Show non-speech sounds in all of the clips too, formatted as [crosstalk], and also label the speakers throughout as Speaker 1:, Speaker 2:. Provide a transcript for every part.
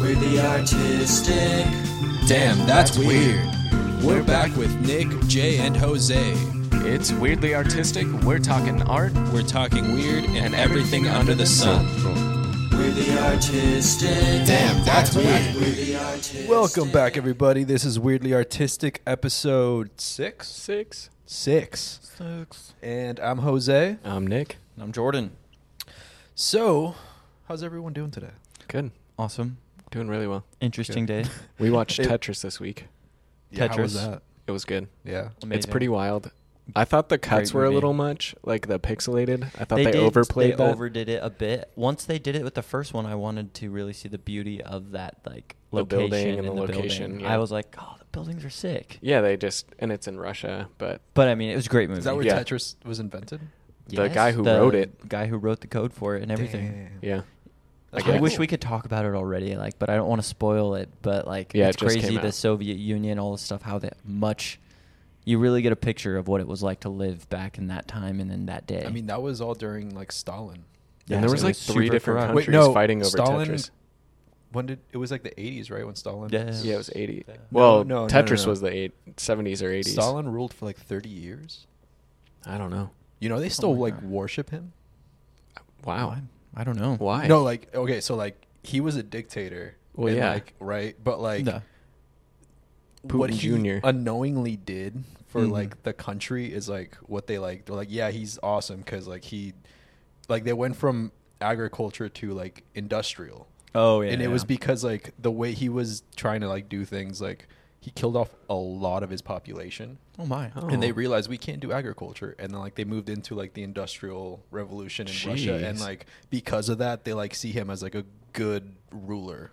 Speaker 1: We're the artistic.
Speaker 2: Damn, that's weird. We're back with Nick, Jay, and Jose.
Speaker 3: It's weirdly artistic. We're talking art.
Speaker 2: We're talking weird and, everything under the sun.
Speaker 1: We're the artistic.
Speaker 2: Damn, that's weird.
Speaker 1: We're the artistic.
Speaker 4: Welcome back, everybody. This is Weirdly Artistic, episode six.
Speaker 3: Six.
Speaker 4: Six.
Speaker 3: Six.
Speaker 4: And I'm Jose.
Speaker 3: I'm Nick.
Speaker 5: I'm Jordan.
Speaker 4: So, how's everyone doing today?
Speaker 3: Good.
Speaker 5: Awesome.
Speaker 3: Doing really well.
Speaker 4: [laughs]
Speaker 5: Interesting day.
Speaker 3: We watched
Speaker 4: It-
Speaker 3: Tetris this week.
Speaker 4: Yeah, how was
Speaker 5: Tetris.
Speaker 4: that?
Speaker 3: It was good.
Speaker 4: Yeah.
Speaker 3: It's pretty wild. I thought the cuts
Speaker 5: Great
Speaker 3: were a
Speaker 5: movie.
Speaker 3: little much, like the pixelated. I thought they,
Speaker 5: did-
Speaker 3: overplayed
Speaker 5: They
Speaker 3: that.
Speaker 5: overdid it a bit. Once they did it with the first one, I wanted to really see the beauty of that, like
Speaker 3: The building
Speaker 5: location
Speaker 3: and the
Speaker 5: building.
Speaker 3: location, yeah.
Speaker 5: I was like, oh, the buildings are sick.
Speaker 3: yeah, they just and it's in Russia, but
Speaker 5: But I mean, it was a great movie.
Speaker 4: Is that where
Speaker 3: Yeah.
Speaker 4: Tetris was invented?
Speaker 3: the guy who
Speaker 5: the
Speaker 3: wrote it-
Speaker 5: guy who wrote the code for it, and everything.
Speaker 4: Damn.
Speaker 3: yeah,
Speaker 4: That's
Speaker 3: I
Speaker 5: I
Speaker 4: kinda
Speaker 3: guess.
Speaker 5: wish
Speaker 4: cool.
Speaker 5: we could talk about it already, like, but I don't want to spoil it. But like,
Speaker 3: Yeah,
Speaker 5: it's
Speaker 3: it just
Speaker 5: crazy
Speaker 3: came
Speaker 5: the
Speaker 3: out.
Speaker 5: Soviet Union, all the stuff, how that much you really get a picture of what it was like to live back in that time and in that day.
Speaker 4: I mean, that was all during like Stalin.
Speaker 5: Yeah,
Speaker 3: and there
Speaker 5: so
Speaker 3: was
Speaker 5: it
Speaker 3: like
Speaker 5: was
Speaker 3: three
Speaker 5: super
Speaker 3: different
Speaker 5: corrupt.
Speaker 3: countries
Speaker 4: Wait, no,
Speaker 3: fighting over
Speaker 4: Stalin-
Speaker 3: Tetris.
Speaker 4: When did it was like the 80s, right? When Stalin.
Speaker 5: Yeah.
Speaker 3: Yeah, it was eighty.
Speaker 5: No,
Speaker 3: Well,
Speaker 4: no, no,
Speaker 3: Tetris
Speaker 4: no, no.
Speaker 3: was the eight, 70s or eighties.
Speaker 4: Stalin ruled for like 30 years.
Speaker 3: I don't know.
Speaker 4: You know, they still
Speaker 5: my
Speaker 4: like
Speaker 5: God.
Speaker 4: worship him.
Speaker 3: Wow.
Speaker 5: I don't know
Speaker 3: Why?
Speaker 4: No, like okay, so like he was a dictator.
Speaker 3: Well,
Speaker 4: and,
Speaker 3: yeah.
Speaker 4: like, right, but like
Speaker 5: No.
Speaker 4: what
Speaker 3: Putin
Speaker 4: he
Speaker 3: Jr..
Speaker 4: unknowingly did for
Speaker 5: Mhm.
Speaker 4: like the country is like what they like. They're like, yeah, he's awesome because like he, like they went from agriculture to like industrial,
Speaker 5: Oh yeah,
Speaker 4: and it
Speaker 5: yeah.
Speaker 4: was because like the way he was trying to like do things, like he killed off a lot of his population.
Speaker 5: oh my,
Speaker 3: Oh.
Speaker 4: And they realized we can't do agriculture, and then like they moved into like the industrial revolution in Russia, and
Speaker 3: Jeez.
Speaker 4: like because of that, they like see him as like a good ruler.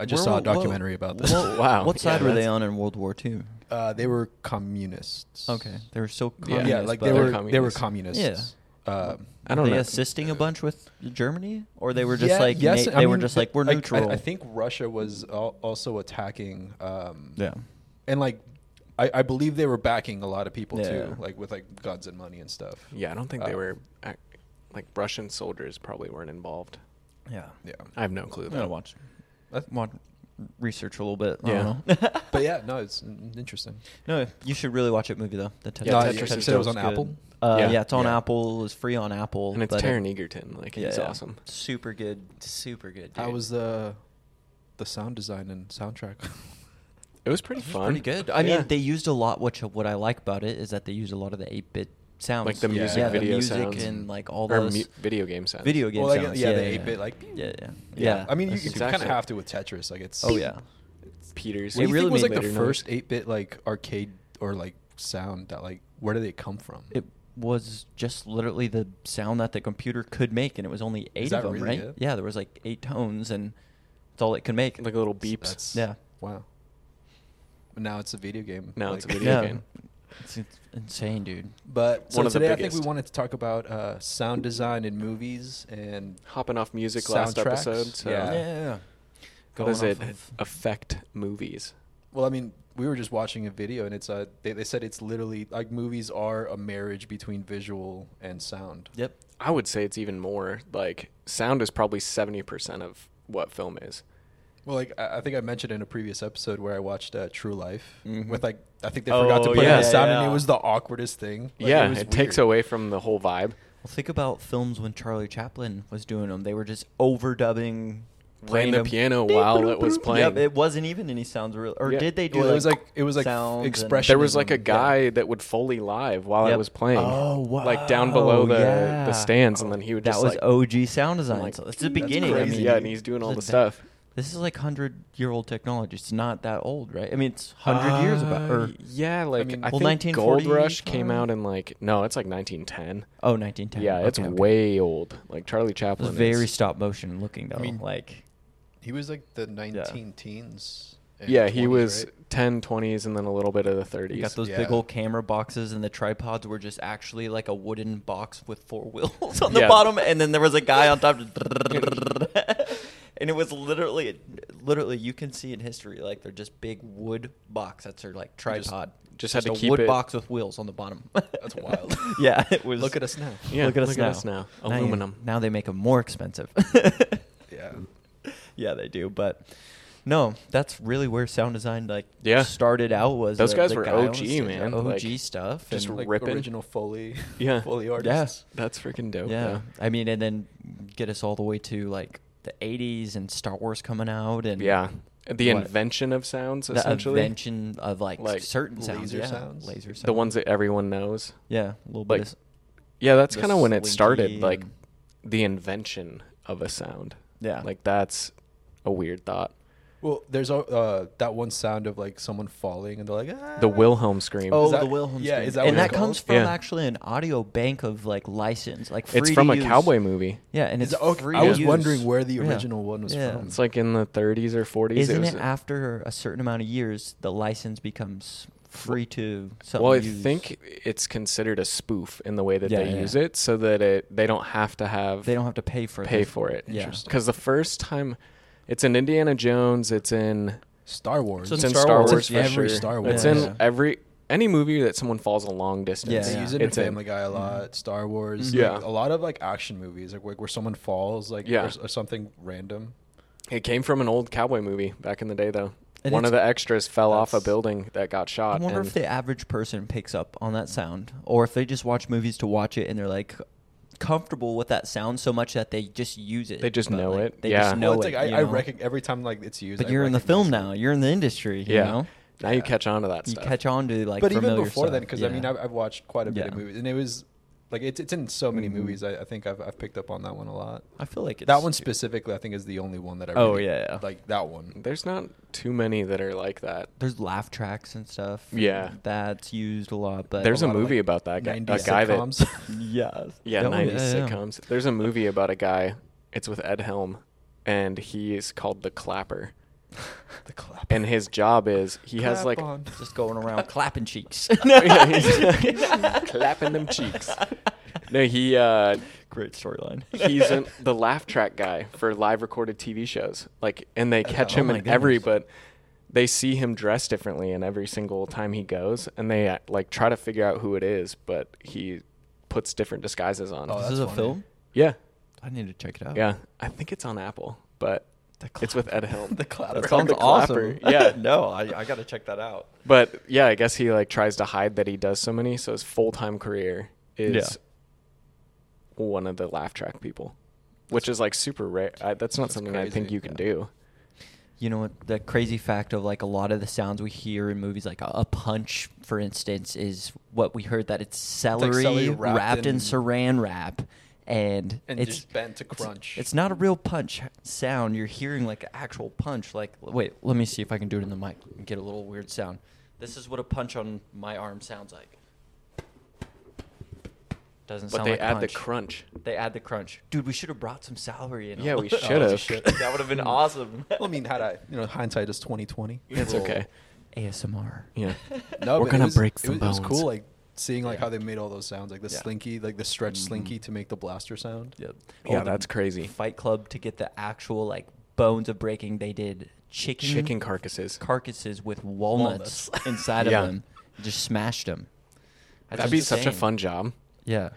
Speaker 4: I just
Speaker 5: Whoa,
Speaker 4: saw a documentary
Speaker 5: whoa,
Speaker 4: about this.
Speaker 3: [laughs]
Speaker 5: whoa.
Speaker 3: Wow.
Speaker 5: What
Speaker 3: Yeah,
Speaker 5: side were they
Speaker 3: that's-
Speaker 5: on in World War II?
Speaker 4: Uh, they were communists.
Speaker 5: Okay, they were still
Speaker 3: Yeah,
Speaker 4: Yeah,
Speaker 5: communist,
Speaker 4: like
Speaker 5: but-
Speaker 4: they
Speaker 3: They're
Speaker 4: were they were
Speaker 5: communists.
Speaker 4: communists. Um,
Speaker 3: I
Speaker 5: were
Speaker 3: don't
Speaker 5: they
Speaker 3: know.
Speaker 5: assisting a bunch with Germany, or they were just
Speaker 4: yeah,
Speaker 5: like
Speaker 4: yes,
Speaker 5: na-
Speaker 4: I
Speaker 5: they were
Speaker 4: mean,
Speaker 5: just like we're
Speaker 4: I- I-
Speaker 5: neutral.
Speaker 4: I, think Russia was al- also attacking. Um,
Speaker 5: Yeah.
Speaker 4: and like I, I believe they were backing a lot of people
Speaker 5: Yeah.
Speaker 4: too, like with like guns and money and stuff.
Speaker 3: Yeah, I don't think they
Speaker 4: Uh,
Speaker 3: were ac- like Russian soldiers probably weren't involved.
Speaker 5: Yeah.
Speaker 4: Yeah,
Speaker 3: I have no clue.
Speaker 5: I'm gonna
Speaker 3: Though.
Speaker 5: watch,
Speaker 4: I-
Speaker 5: watch, research a little bit. I
Speaker 3: Yeah.
Speaker 5: don't know. [laughs]
Speaker 4: but yeah, no, it's mm, interesting.
Speaker 5: no, you should really watch that movie though. The Tetris.
Speaker 3: Yeah,
Speaker 4: no,
Speaker 3: Tetris
Speaker 4: you
Speaker 3: is
Speaker 4: said it was on
Speaker 3: dope.
Speaker 5: good.
Speaker 4: Apple.
Speaker 5: Uh, yeah.
Speaker 3: Yeah.
Speaker 5: it's on
Speaker 4: Yeah.
Speaker 5: Apple. It's free on Apple,
Speaker 3: And it's
Speaker 5: but it-
Speaker 3: Taron Egerton. Like he's
Speaker 5: yeah,
Speaker 3: awesome.
Speaker 5: Super good. Super good.
Speaker 4: How
Speaker 5: dude.
Speaker 4: was uh, the the sound design and soundtrack? [laughs]
Speaker 3: It was pretty fun.
Speaker 5: pretty good. I
Speaker 3: Yeah.
Speaker 5: mean, they used a lot. Which what I like about it is that they used a lot of the eight bit sounds,
Speaker 3: like the
Speaker 4: Yeah.
Speaker 3: music
Speaker 5: yeah,
Speaker 3: video
Speaker 5: the music
Speaker 3: sounds
Speaker 5: and like all
Speaker 3: or
Speaker 5: those
Speaker 3: mu- video game sounds.
Speaker 5: video game
Speaker 4: Well, like,
Speaker 5: sounds.
Speaker 4: yeah,
Speaker 5: yeah,
Speaker 4: the
Speaker 5: yeah,
Speaker 4: 8-bit, like,
Speaker 5: yeah, yeah, yeah.
Speaker 4: I mean, you,
Speaker 5: that's
Speaker 4: you
Speaker 3: exactly-
Speaker 4: kind of have to with Tetris. Like it's
Speaker 5: Oh yeah,
Speaker 3: Peters.
Speaker 4: What
Speaker 5: It
Speaker 4: do you
Speaker 5: really
Speaker 4: think was
Speaker 5: made
Speaker 4: like the
Speaker 3: later
Speaker 4: first
Speaker 3: noise.
Speaker 4: eight bit like arcade or like sound that like where did they come from?
Speaker 5: it was just literally the sound that the computer could make, and it was only eight
Speaker 4: that
Speaker 5: of them,
Speaker 4: really
Speaker 5: right?
Speaker 4: it?
Speaker 5: Yeah, there was like eight tones, and that's all it could make.
Speaker 3: like little beeps.
Speaker 4: That's-
Speaker 5: Yeah.
Speaker 4: Wow. But now it's a video game.
Speaker 3: Now it's a
Speaker 4: like-
Speaker 3: video
Speaker 5: yeah,
Speaker 3: game.
Speaker 5: It's, it's insane, dude.
Speaker 4: But so
Speaker 3: One of the
Speaker 4: today I think we
Speaker 3: biggest.
Speaker 4: wanted to talk about uh, sound design in movies and
Speaker 3: Hopping off music last
Speaker 4: Soundtracks,
Speaker 3: episode. So
Speaker 4: Yeah.
Speaker 3: how
Speaker 5: Going
Speaker 3: does it
Speaker 5: off of-
Speaker 3: affect movies?
Speaker 4: well, I mean, we were just watching a video and it's a they, they said it's literally like movies are a marriage between visual and sound.
Speaker 5: Yep.
Speaker 3: I would say it's even more like sound is probably seventy percent of what film is.
Speaker 4: Well, like I, I think I mentioned in a previous episode where I watched uh, True Life
Speaker 5: Mhm.
Speaker 4: with like I think they
Speaker 5: Oh,
Speaker 4: forgot to put
Speaker 3: Mm-hmm. yeah,
Speaker 4: in sound and
Speaker 5: yeah.
Speaker 4: it was the awkwardest thing. Like,
Speaker 3: yeah, it,
Speaker 4: was
Speaker 3: takes
Speaker 4: weird.
Speaker 3: away from the whole vibe.
Speaker 5: Well, think about films when Charlie Chaplin was doing them. They were just overdubbing,
Speaker 3: Playing the
Speaker 5: random-
Speaker 3: piano while it was playing.
Speaker 5: Yep, it wasn't even any sounds real. Or
Speaker 3: Yeah.
Speaker 5: did they do?
Speaker 4: Well, it was like- it was like
Speaker 5: sounds and-
Speaker 4: expression.
Speaker 3: there was like a
Speaker 4: Fashionism,
Speaker 3: guy that would foley live while I
Speaker 5: Yep.
Speaker 3: was playing.
Speaker 5: Oh,
Speaker 3: Like down below
Speaker 5: wow,
Speaker 3: the
Speaker 5: yeah.
Speaker 3: the stands, and then he would
Speaker 5: That
Speaker 3: just
Speaker 5: was
Speaker 3: like,
Speaker 5: OG sound design.
Speaker 3: like,
Speaker 5: so it's the
Speaker 3: "That's
Speaker 5: beginning. I
Speaker 3: crazy."
Speaker 5: mean,
Speaker 3: yeah, and he's doing all the
Speaker 5: it's a-
Speaker 3: stuff.
Speaker 5: This is like hundred year old technology. It's not that old, right? I mean, it's hundred years about. Or,
Speaker 3: Uh, yeah, like I,
Speaker 4: mean-
Speaker 3: think
Speaker 5: Well,
Speaker 3: Gold
Speaker 5: 1940
Speaker 3: Rush came
Speaker 5: probably?
Speaker 3: out in like no, it's like 1910.
Speaker 5: oh, 1910.
Speaker 3: Yeah, it's
Speaker 5: Okay, okay.
Speaker 3: way old. Like Charlie
Speaker 5: It was
Speaker 3: Chaplin.
Speaker 5: very
Speaker 3: is-
Speaker 5: stop motion looking though.
Speaker 4: mean,
Speaker 5: like
Speaker 4: He was like the 19 teens. and
Speaker 3: yeah, he
Speaker 4: 20s,
Speaker 3: was
Speaker 4: right?
Speaker 3: 10, 20s, and then a little bit of the 30s.
Speaker 5: you got those
Speaker 4: yeah.
Speaker 5: big old camera boxes, and the tripods were just actually like a wooden box with four [laughs] wheels on the
Speaker 3: Yeah.
Speaker 5: bottom, and then there was a guy
Speaker 4: [laughs]
Speaker 5: on top, just and it was literally, literally, you can see in history like they're just big wood box that's their like tripod.
Speaker 3: just had to
Speaker 5: a
Speaker 3: keep
Speaker 5: wood
Speaker 3: it-
Speaker 5: box with wheels on the bottom. [laughs]
Speaker 4: That's wild.
Speaker 5: yeah, it was.
Speaker 4: Look at us now.
Speaker 3: Yeah,
Speaker 5: look at us now.
Speaker 3: Aluminum.
Speaker 4: [laughs]
Speaker 5: Now, you- now they make them more expensive.
Speaker 4: Yeah.
Speaker 5: [laughs] yeah, they do. But no, that's really where sound design like
Speaker 3: Yeah.
Speaker 5: started out. Was
Speaker 3: Those
Speaker 5: the-
Speaker 3: guys
Speaker 5: the
Speaker 3: were
Speaker 5: guy on
Speaker 3: OG,
Speaker 5: stage,
Speaker 3: man,
Speaker 5: OG
Speaker 3: like,
Speaker 5: stuff.
Speaker 3: just
Speaker 5: and,
Speaker 4: like
Speaker 3: ripping.
Speaker 4: original Foley, [laughs]
Speaker 3: Yeah.
Speaker 4: Foley
Speaker 5: yeah,
Speaker 4: artists.
Speaker 3: That's freaking dope.
Speaker 5: yeah.
Speaker 3: though.
Speaker 5: I mean, and then get us all the way to like the '80s and Star Wars coming out, and
Speaker 3: Yeah. The
Speaker 5: What?
Speaker 3: invention of sounds,
Speaker 5: the
Speaker 3: essentially.
Speaker 5: invention of like,
Speaker 3: Like,
Speaker 5: certain sounds,
Speaker 4: laser
Speaker 5: yeah.
Speaker 4: sounds?
Speaker 5: laser sounds,
Speaker 3: the ones that everyone knows.
Speaker 5: yeah, a little
Speaker 3: like,
Speaker 5: bit. Of, s-
Speaker 3: Yeah, that's
Speaker 5: the
Speaker 3: kind of when it started.
Speaker 5: slinky
Speaker 3: Like
Speaker 5: and-
Speaker 3: the invention of a sound.
Speaker 5: Yeah.
Speaker 3: Like that's a weird thought.
Speaker 4: Well, there's al- uh, that one sound of like someone falling, and they're like, ah.
Speaker 3: The Wilhelm scream.
Speaker 5: Oh,
Speaker 4: Is that-
Speaker 5: the Wilhelm
Speaker 4: yeah,
Speaker 5: scream.
Speaker 4: is that what
Speaker 5: and
Speaker 4: it's
Speaker 5: that comes
Speaker 4: called?
Speaker 5: from
Speaker 3: Yeah.
Speaker 5: actually an audio bank of like license, like free
Speaker 3: it's
Speaker 5: to
Speaker 3: from a
Speaker 5: use.
Speaker 3: cowboy movie.
Speaker 5: Yeah, and
Speaker 4: Is
Speaker 5: it's
Speaker 4: it- okay,
Speaker 5: free.
Speaker 4: I
Speaker 5: to
Speaker 4: was
Speaker 5: use.
Speaker 4: wondering where the
Speaker 5: Yeah.
Speaker 4: original one was
Speaker 5: Yeah.
Speaker 4: from.
Speaker 3: It's like in the 30s or 40s.
Speaker 5: Isn't
Speaker 3: was
Speaker 5: it after a certain amount of years the license becomes free to something?
Speaker 3: Well, I
Speaker 5: used?
Speaker 3: think it's considered a spoof in the way that
Speaker 5: Yeah,
Speaker 3: they
Speaker 5: yeah.
Speaker 3: use it, so that it they don't have to have
Speaker 5: they don't have to pay for it.
Speaker 3: pay
Speaker 5: They-
Speaker 3: for it.
Speaker 5: Yeah.
Speaker 4: Interesting.
Speaker 3: Because the first time, it's in Indiana Jones. It's in
Speaker 4: Star Wars.
Speaker 5: So
Speaker 3: it's
Speaker 5: in
Speaker 3: in
Speaker 5: Star
Speaker 3: Star,
Speaker 5: Wars.
Speaker 3: Wars.
Speaker 5: It's
Speaker 3: for
Speaker 4: in every
Speaker 3: sure.
Speaker 4: Star
Speaker 3: It's
Speaker 5: Wars.
Speaker 3: in
Speaker 5: Yeah.
Speaker 3: every any movie that someone falls a long distance.
Speaker 5: Yeah,
Speaker 4: They
Speaker 5: yeah.
Speaker 4: use it in
Speaker 3: It's in-
Speaker 4: Family Guy a
Speaker 5: Mm-hmm.
Speaker 4: lot, Star Wars.
Speaker 3: Yeah.
Speaker 4: like, a lot of like action movies, like, like where someone falls, like
Speaker 3: Yeah.
Speaker 4: or, s- or something random.
Speaker 3: It came from an old cowboy movie back in the day, though.
Speaker 5: And
Speaker 3: One of the
Speaker 5: it's-
Speaker 3: extras fell off a
Speaker 5: that's-
Speaker 3: building that got
Speaker 5: I
Speaker 3: shot.
Speaker 5: wonder
Speaker 3: and
Speaker 5: if the average person picks up on that sound, or if they just watch movies to watch it and they're like comfortable with that sound so much that they just use it.
Speaker 3: They just
Speaker 5: but,
Speaker 3: know
Speaker 5: like,
Speaker 3: it.
Speaker 5: They
Speaker 3: Yeah.
Speaker 5: just know
Speaker 4: Well, it's like
Speaker 5: it.
Speaker 4: I,
Speaker 5: you
Speaker 4: I
Speaker 5: know?
Speaker 4: recognize every time like it's used.
Speaker 5: But
Speaker 4: I
Speaker 5: you're in the film
Speaker 4: recognize it.
Speaker 5: now. You're in the industry. You
Speaker 3: yeah,
Speaker 5: know?
Speaker 3: now you catch on to that
Speaker 5: You
Speaker 3: stuff.
Speaker 5: catch on to like.
Speaker 4: but even
Speaker 5: familiar
Speaker 4: before then,
Speaker 5: stuff,
Speaker 4: because I
Speaker 5: yeah.
Speaker 4: mean, I've, I've watched quite a bit of
Speaker 5: Yeah.
Speaker 4: movies, and it was like it's it's in so many
Speaker 5: Mhm.
Speaker 4: movies. I, I think I've I've picked up on that one a lot.
Speaker 5: I feel like it's
Speaker 4: that one specifically, I think, is the only one that I.
Speaker 5: Oh,
Speaker 4: really-
Speaker 5: yeah, yeah.
Speaker 4: like that one.
Speaker 3: There's not too many that are like that.
Speaker 5: There's laugh tracks and stuff.
Speaker 3: Yeah.
Speaker 5: that's used a lot. But
Speaker 3: There's a
Speaker 4: lot of,
Speaker 3: movie
Speaker 4: like,
Speaker 3: about that guy. A
Speaker 4: 90s
Speaker 3: guy
Speaker 4: [laughs]
Speaker 3: that
Speaker 4: sitcoms.
Speaker 5: yeah,
Speaker 3: [laughs] Yeah,
Speaker 5: Oh,
Speaker 3: 90s
Speaker 5: yeah, yeah.
Speaker 3: sitcoms. There's a movie about a guy. It's with Ed Helm, and he is called the Clapper.
Speaker 4: the clap.
Speaker 3: And his job is he has
Speaker 4: Clap
Speaker 3: like
Speaker 4: on.
Speaker 5: Just going around clapping cheeks.
Speaker 3: [laughs] Yeah,
Speaker 5: [laughs]
Speaker 3: he's- clapping them cheeks. No, he uh,
Speaker 5: Great storyline. [laughs]
Speaker 3: he's an, the laugh track guy for live recorded TV shows. Like, and they catch
Speaker 5: Oh
Speaker 3: him
Speaker 5: my
Speaker 3: in every,
Speaker 5: goodness.
Speaker 3: but they see him dressed differently in every single time he goes, and they uh, like try to figure out who it is, but he puts different disguises on.
Speaker 4: Oh,
Speaker 5: this
Speaker 4: that's
Speaker 5: is a
Speaker 4: funny.
Speaker 5: film.
Speaker 3: yeah,
Speaker 5: I need to check it out.
Speaker 3: yeah. I think it's on Apple, but
Speaker 5: The
Speaker 3: it's with Ed Helm.
Speaker 5: [laughs] the clapper. That
Speaker 3: The
Speaker 5: sounds
Speaker 3: clapper,
Speaker 5: awesome.
Speaker 3: yeah.
Speaker 5: [laughs] no, I, I gotta check that out.
Speaker 3: But yeah, I guess he like tries to hide that he does so many. So his full time career is one of the laugh track people, which is like super rare. I, that's not something I think
Speaker 4: crazy,
Speaker 3: you can
Speaker 4: yeah.
Speaker 3: do.
Speaker 5: You know what? The crazy fact of like a lot of the sounds we hear in movies, like a, a punch, for instance, is what we heard that it's celery,
Speaker 4: like celery wrapped
Speaker 5: wrapped in,
Speaker 4: in-
Speaker 5: saran wrap, and,
Speaker 4: And
Speaker 5: it's
Speaker 4: just bent to
Speaker 5: it's-
Speaker 4: crunch.
Speaker 5: It's, not a real punch sound. You're hearing like an actual punch. Like, wait, let me see if I can do it in the mic and get a little weird sound. This is what a punch on my arm sounds like. Doesn't
Speaker 3: But
Speaker 5: sound
Speaker 3: they
Speaker 5: like
Speaker 3: add
Speaker 5: punch.
Speaker 3: the crunch.
Speaker 5: They add the crunch. Dude, we should have brought some celery in.
Speaker 3: Yeah,
Speaker 5: all
Speaker 3: we
Speaker 5: this.
Speaker 3: should have.
Speaker 5: Oh, Shit, [laughs] that would
Speaker 4: [laughs]
Speaker 5: have been awesome.
Speaker 4: Well, I mean, had I, you know, hindsight is twenty twenty.
Speaker 3: It's okay.
Speaker 5: ASMR.
Speaker 3: [laughs] Yeah.
Speaker 4: No, but
Speaker 3: We're
Speaker 4: it
Speaker 3: gonna
Speaker 4: was-
Speaker 3: break
Speaker 4: it
Speaker 3: some
Speaker 4: was- It was
Speaker 3: bones.
Speaker 4: cool, like seeing like
Speaker 5: Yeah.
Speaker 4: how they made all those sounds, like the
Speaker 5: Yeah. Mm-hmm.
Speaker 4: slinky, like the stretch slinky to make the blaster sound.
Speaker 5: Yep.
Speaker 3: Yeah, that's crazy.
Speaker 5: Fight Club to get the actual like bones of breaking. They did chicken
Speaker 3: Chicken carcasses.
Speaker 5: carcasses with walnuts, [laughs]
Speaker 4: Walnuts.
Speaker 5: inside
Speaker 3: Yeah.
Speaker 5: of them. Just smashed them.
Speaker 3: That'd be such a fun job.
Speaker 5: Yeah.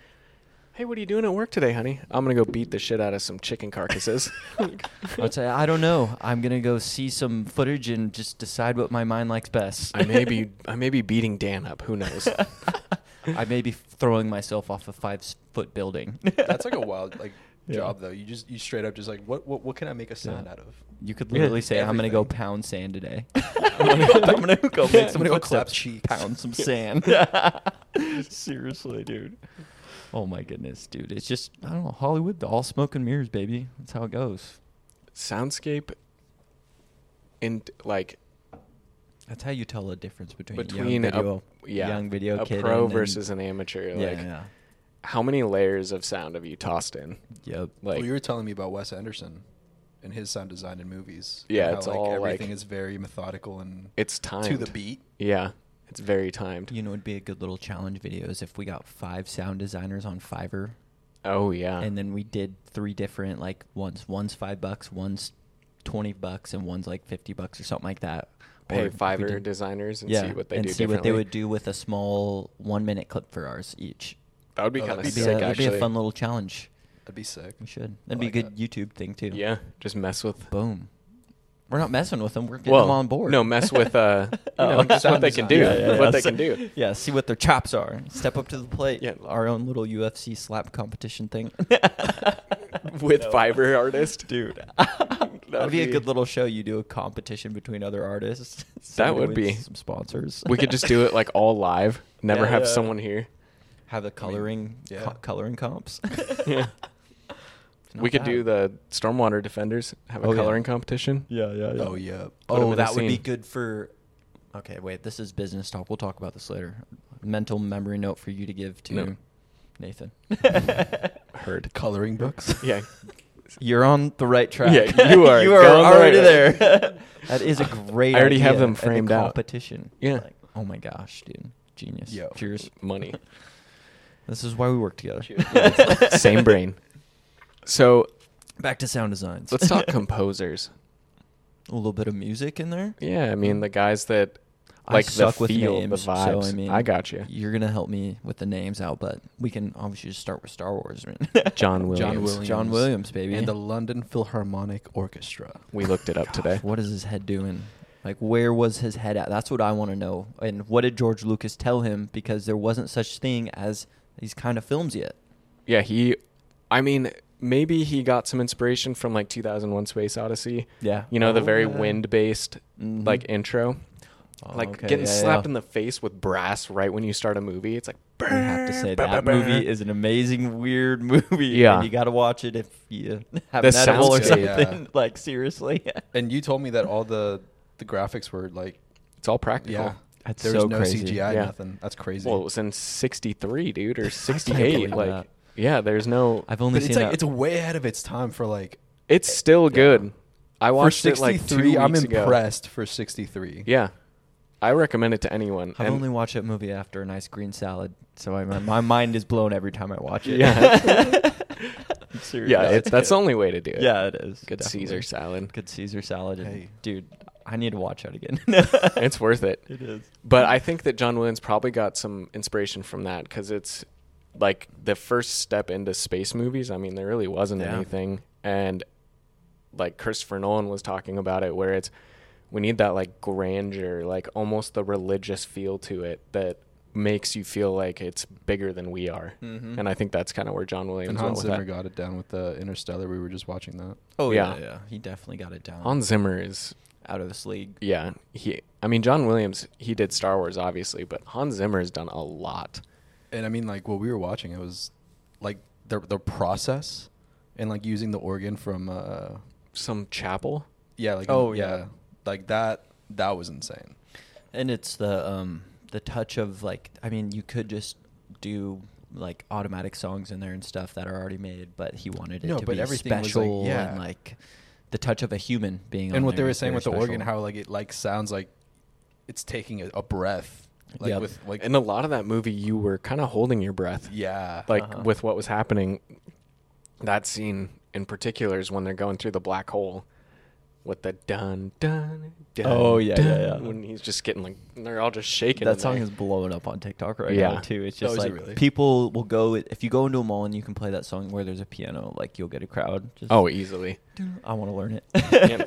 Speaker 3: Hey, what are you doing at work today, honey? I'm gonna go beat the shit out of some chicken carcasses.
Speaker 5: [laughs] Oh I would say I don't know. I'm gonna go see some footage and just decide what my mind likes best.
Speaker 3: I may be I may be beating Dan up. Who knows?
Speaker 5: [laughs] I may be throwing myself off a five s- foot building.
Speaker 4: That's like a wild like
Speaker 5: [laughs] Yeah.
Speaker 4: job though. You just you straight up just like what what, what can I make a sound out of?
Speaker 5: You could literally say, "I'm gonna go
Speaker 4: Everything.
Speaker 5: pound sand [laughs] today. I'm gonna, I'm gonna go make some
Speaker 4: I'm gonna go clap
Speaker 5: footsteps,
Speaker 4: cheeks.
Speaker 5: pound some sand." [laughs] Seriously, dude. Oh my goodness, dude. It's just I don't know Hollywood, the all smoke and mirrors, baby. That's how it goes.
Speaker 3: Soundscape. In like
Speaker 5: That's how you tell the difference between,
Speaker 3: between
Speaker 5: a young video,
Speaker 3: a yeah,
Speaker 5: young video
Speaker 3: a
Speaker 5: kid
Speaker 3: pro
Speaker 5: and then-
Speaker 3: versus an amateur.
Speaker 5: yeah,
Speaker 3: Like,
Speaker 5: yeah,
Speaker 3: how many layers of sound have you tossed in?
Speaker 5: yep.
Speaker 3: Like,
Speaker 4: well, you were telling me about Wes Anderson and his sound design in movies.
Speaker 3: Yeah,
Speaker 4: and how,
Speaker 3: it's
Speaker 4: like
Speaker 3: all,
Speaker 4: everything
Speaker 3: like-
Speaker 4: is very methodical and
Speaker 3: it's timed
Speaker 4: to the beat.
Speaker 3: Yeah, it's very timed.
Speaker 5: You know, it'd be a good little challenge video is if we got five sound designers on Fiverr,
Speaker 3: Oh yeah,
Speaker 5: and then we did three different like ones. One's five bucks, one's twenty bucks, and one's like fifty bucks or something like that. Or
Speaker 3: pay
Speaker 5: if we
Speaker 3: Fiverr
Speaker 5: did-
Speaker 3: designers and
Speaker 5: yeah,
Speaker 3: see what they
Speaker 5: and
Speaker 3: do
Speaker 5: see what they
Speaker 3: differently.
Speaker 5: would do with a small one minute clip for ours each.
Speaker 3: That would be
Speaker 4: Oh,
Speaker 3: kind
Speaker 4: that'd
Speaker 3: of
Speaker 4: be
Speaker 5: It'd be, a,
Speaker 3: sick.
Speaker 5: it'd be
Speaker 3: actually,
Speaker 5: a fun little challenge.
Speaker 4: That'd be sick.
Speaker 5: We should. That'd be
Speaker 4: like
Speaker 5: a
Speaker 4: that.
Speaker 5: good YouTube thing too.
Speaker 3: Yeah, just mess with.
Speaker 5: Boom. We're not messing with them. We're getting
Speaker 3: Well,
Speaker 5: them on board.
Speaker 3: No, mess with
Speaker 5: [laughs]
Speaker 3: uh, you
Speaker 5: Oh.
Speaker 3: know, [laughs] just what they can do.
Speaker 5: Yeah, yeah,
Speaker 3: what
Speaker 5: yeah.
Speaker 3: they
Speaker 5: So-
Speaker 3: can do.
Speaker 5: [laughs] Yeah, see what their chops are. Step up to the plate.
Speaker 3: Yeah.
Speaker 5: Our own little UFC slap competition thing.
Speaker 3: [laughs] With fiber artist, [laughs]
Speaker 5: Dude.
Speaker 3: That'd
Speaker 5: That'd be a
Speaker 3: be-
Speaker 5: good little show. You do a competition between other artists. [laughs]
Speaker 3: That
Speaker 5: Somebody
Speaker 3: would be-
Speaker 5: wins some sponsors.
Speaker 3: we could just
Speaker 5: [laughs]
Speaker 3: do it like all live. Never
Speaker 5: Yeah,
Speaker 3: have
Speaker 5: yeah.
Speaker 3: someone
Speaker 5: [laughs]
Speaker 3: here.
Speaker 5: have the coloring
Speaker 4: yeah.
Speaker 5: co- coloring comps.
Speaker 3: [laughs]
Speaker 5: [laughs]
Speaker 3: Yeah. we could do the stormwater defenders. Have a
Speaker 5: Oh, yeah.
Speaker 3: coloring competition.
Speaker 5: Yeah, yeah,
Speaker 4: Oh yeah.
Speaker 3: Put 'em
Speaker 5: Oh,
Speaker 3: in a
Speaker 5: that would be
Speaker 3: scene.
Speaker 5: good for. Okay, wait. This is business talk. We'll talk about this later. Mental memory note for you to give to
Speaker 3: No.
Speaker 5: Nathan.
Speaker 3: [laughs] Heard.
Speaker 4: Coloring [laughs] books.
Speaker 5: [laughs]
Speaker 3: Yeah.
Speaker 5: You're on the right track.
Speaker 3: Yeah, [laughs]
Speaker 5: [laughs]
Speaker 3: you are
Speaker 5: you are
Speaker 3: going the right
Speaker 5: already
Speaker 3: way. [laughs]
Speaker 5: there. [laughs] that is a great.
Speaker 3: I already have
Speaker 5: idea.
Speaker 3: them
Speaker 5: And the
Speaker 3: framed out.
Speaker 5: Competition.
Speaker 3: Yeah.
Speaker 5: Like, oh my gosh, dude, genius.
Speaker 4: Yo.
Speaker 5: Cheers.
Speaker 3: Money.
Speaker 5: [laughs] This is why we work together. [laughs]
Speaker 3: Same brain. So
Speaker 5: Back to sound designs.
Speaker 3: let's
Speaker 5: [laughs]
Speaker 3: talk composers.
Speaker 5: a little bit of music in there.
Speaker 3: Yeah, I mean the guys that
Speaker 5: I
Speaker 3: like
Speaker 5: suck
Speaker 3: the
Speaker 5: with
Speaker 3: feel,
Speaker 5: names,
Speaker 3: the vibes.
Speaker 5: So, I mean,
Speaker 3: got you,
Speaker 5: You're gonna help me with the names out, but we can obviously just start with Star Wars. man.
Speaker 3: [laughs] John Williams.
Speaker 4: Williams.
Speaker 5: John Williams, baby.
Speaker 4: And the London Philharmonic Orchestra. [laughs]
Speaker 3: We looked it up today.
Speaker 5: What is his head doing? Like, where was his head at? That's what I want to know. And what did George Lucas tell him? Because there wasn't such thing as these kind of films yet.
Speaker 3: Yeah, he. I mean, maybe he got some inspiration from like 2001: Space Odyssey.
Speaker 5: Yeah.
Speaker 3: You know the
Speaker 5: Oh,
Speaker 3: very
Speaker 5: yeah.
Speaker 3: wind-based
Speaker 5: Mhm.
Speaker 3: like intro,
Speaker 5: Oh,
Speaker 3: like
Speaker 5: okay,
Speaker 3: getting
Speaker 5: yeah,
Speaker 3: slapped
Speaker 5: yeah.
Speaker 3: in the face with brass right when you start a movie. It's like
Speaker 5: I have to say that movie is an amazing, weird [laughs] movie.
Speaker 3: Yeah.
Speaker 5: and you got to watch it if you have
Speaker 3: The
Speaker 5: an edible or something.
Speaker 3: soundscape.
Speaker 4: Yeah.
Speaker 5: [laughs] Like seriously,
Speaker 4: And you told me that all the the graphics were like
Speaker 3: it's all practical.
Speaker 4: yeah.
Speaker 5: That's
Speaker 4: there
Speaker 5: so
Speaker 4: was no
Speaker 5: crazy.
Speaker 4: CGI,
Speaker 3: Yeah.
Speaker 4: nothing. That's crazy.
Speaker 3: Well, it was in '63, dude,
Speaker 5: [laughs]
Speaker 3: or
Speaker 5: believe
Speaker 3: '68. like,
Speaker 5: that.
Speaker 3: yeah, there's no.
Speaker 5: I've
Speaker 4: but
Speaker 5: only
Speaker 4: it's
Speaker 5: seen
Speaker 4: like
Speaker 5: that.
Speaker 4: it's way ahead of its time for like
Speaker 3: it's still good. I
Speaker 4: for
Speaker 3: watched it like two
Speaker 4: 63. I'm
Speaker 3: weeks ago.
Speaker 4: impressed for 63.
Speaker 3: Yeah, I recommend it to anyone.
Speaker 5: I've
Speaker 3: and-
Speaker 5: only watched that movie after a nice green salad, so I, my, my mind is blown every time I watch it. [laughs]
Speaker 3: Yeah.
Speaker 5: Seriously.
Speaker 3: yeah, it's, that's the only way to do it.
Speaker 5: Yeah, it is.
Speaker 3: good Caesar salad.
Speaker 5: Good Caesar salad. And,
Speaker 4: Hey.
Speaker 5: Dude, I need to watch that again. [laughs]
Speaker 3: It's worth it.
Speaker 5: It is.
Speaker 3: But I think that John Williams probably got some inspiration from that because it's like the first step into space movies. I mean, there really wasn't
Speaker 5: Yeah.
Speaker 3: anything, and like Christopher Nolan was talking about it, where it's we need that like grandeur, like almost the religious feel to it that makes you feel like it's bigger than we are.
Speaker 5: Mm-hmm.
Speaker 3: And I think that's kind of where John Williams
Speaker 4: And
Speaker 3: went
Speaker 4: Hans
Speaker 3: with
Speaker 4: Zimmer
Speaker 3: that.
Speaker 4: got it down with the Interstellar. We were just watching that.
Speaker 5: Oh,
Speaker 3: yeah.
Speaker 5: yeah. yeah. He definitely got it down.
Speaker 3: Hans Zimmer is
Speaker 5: out of this league.
Speaker 3: yeah he i mean john williams he did star wars obviously but hans zimmer has done a lot
Speaker 4: And I mean, like what we were watching, it was like the the process and like using the organ from uh
Speaker 3: some chapel
Speaker 4: yeah like
Speaker 5: Oh,
Speaker 4: yeah,
Speaker 5: yeah.
Speaker 4: like that that was insane.
Speaker 5: And it's the um the touch of like I mean you could just do like automatic songs in there and stuff that are already made, but he wanted it
Speaker 4: No,
Speaker 5: to
Speaker 4: but
Speaker 5: be
Speaker 4: everything was, like,
Speaker 5: special
Speaker 4: yeah.
Speaker 5: and like the touch of a human being. on
Speaker 4: And what they
Speaker 5: there
Speaker 4: were
Speaker 5: is
Speaker 4: saying
Speaker 5: very
Speaker 4: with the organ,
Speaker 5: special.
Speaker 4: how like it like sounds like it's taking a, a breath, like
Speaker 5: Yep.
Speaker 4: with like
Speaker 3: in a lot of that movie you were kind of holding your breath
Speaker 4: yeah,
Speaker 3: like
Speaker 5: Uh-huh.
Speaker 3: with what was happening that scene in particular is when they're going through the black hole with the dun dun dun
Speaker 5: Oh, yeah, yeah,
Speaker 3: dun,
Speaker 5: yeah.
Speaker 3: when he's just getting like they're all just shaking in
Speaker 5: that song
Speaker 3: there.
Speaker 5: is blowing up on TikTok right now
Speaker 3: Yeah.
Speaker 5: too. It's
Speaker 4: Oh,
Speaker 5: just
Speaker 4: is it
Speaker 5: like
Speaker 4: really?
Speaker 5: people will go if you go into a mall and you can play that song where there's a piano, like you'll get a crowd. Just,
Speaker 3: oh easily
Speaker 5: I want to learn it.
Speaker 3: Yeah,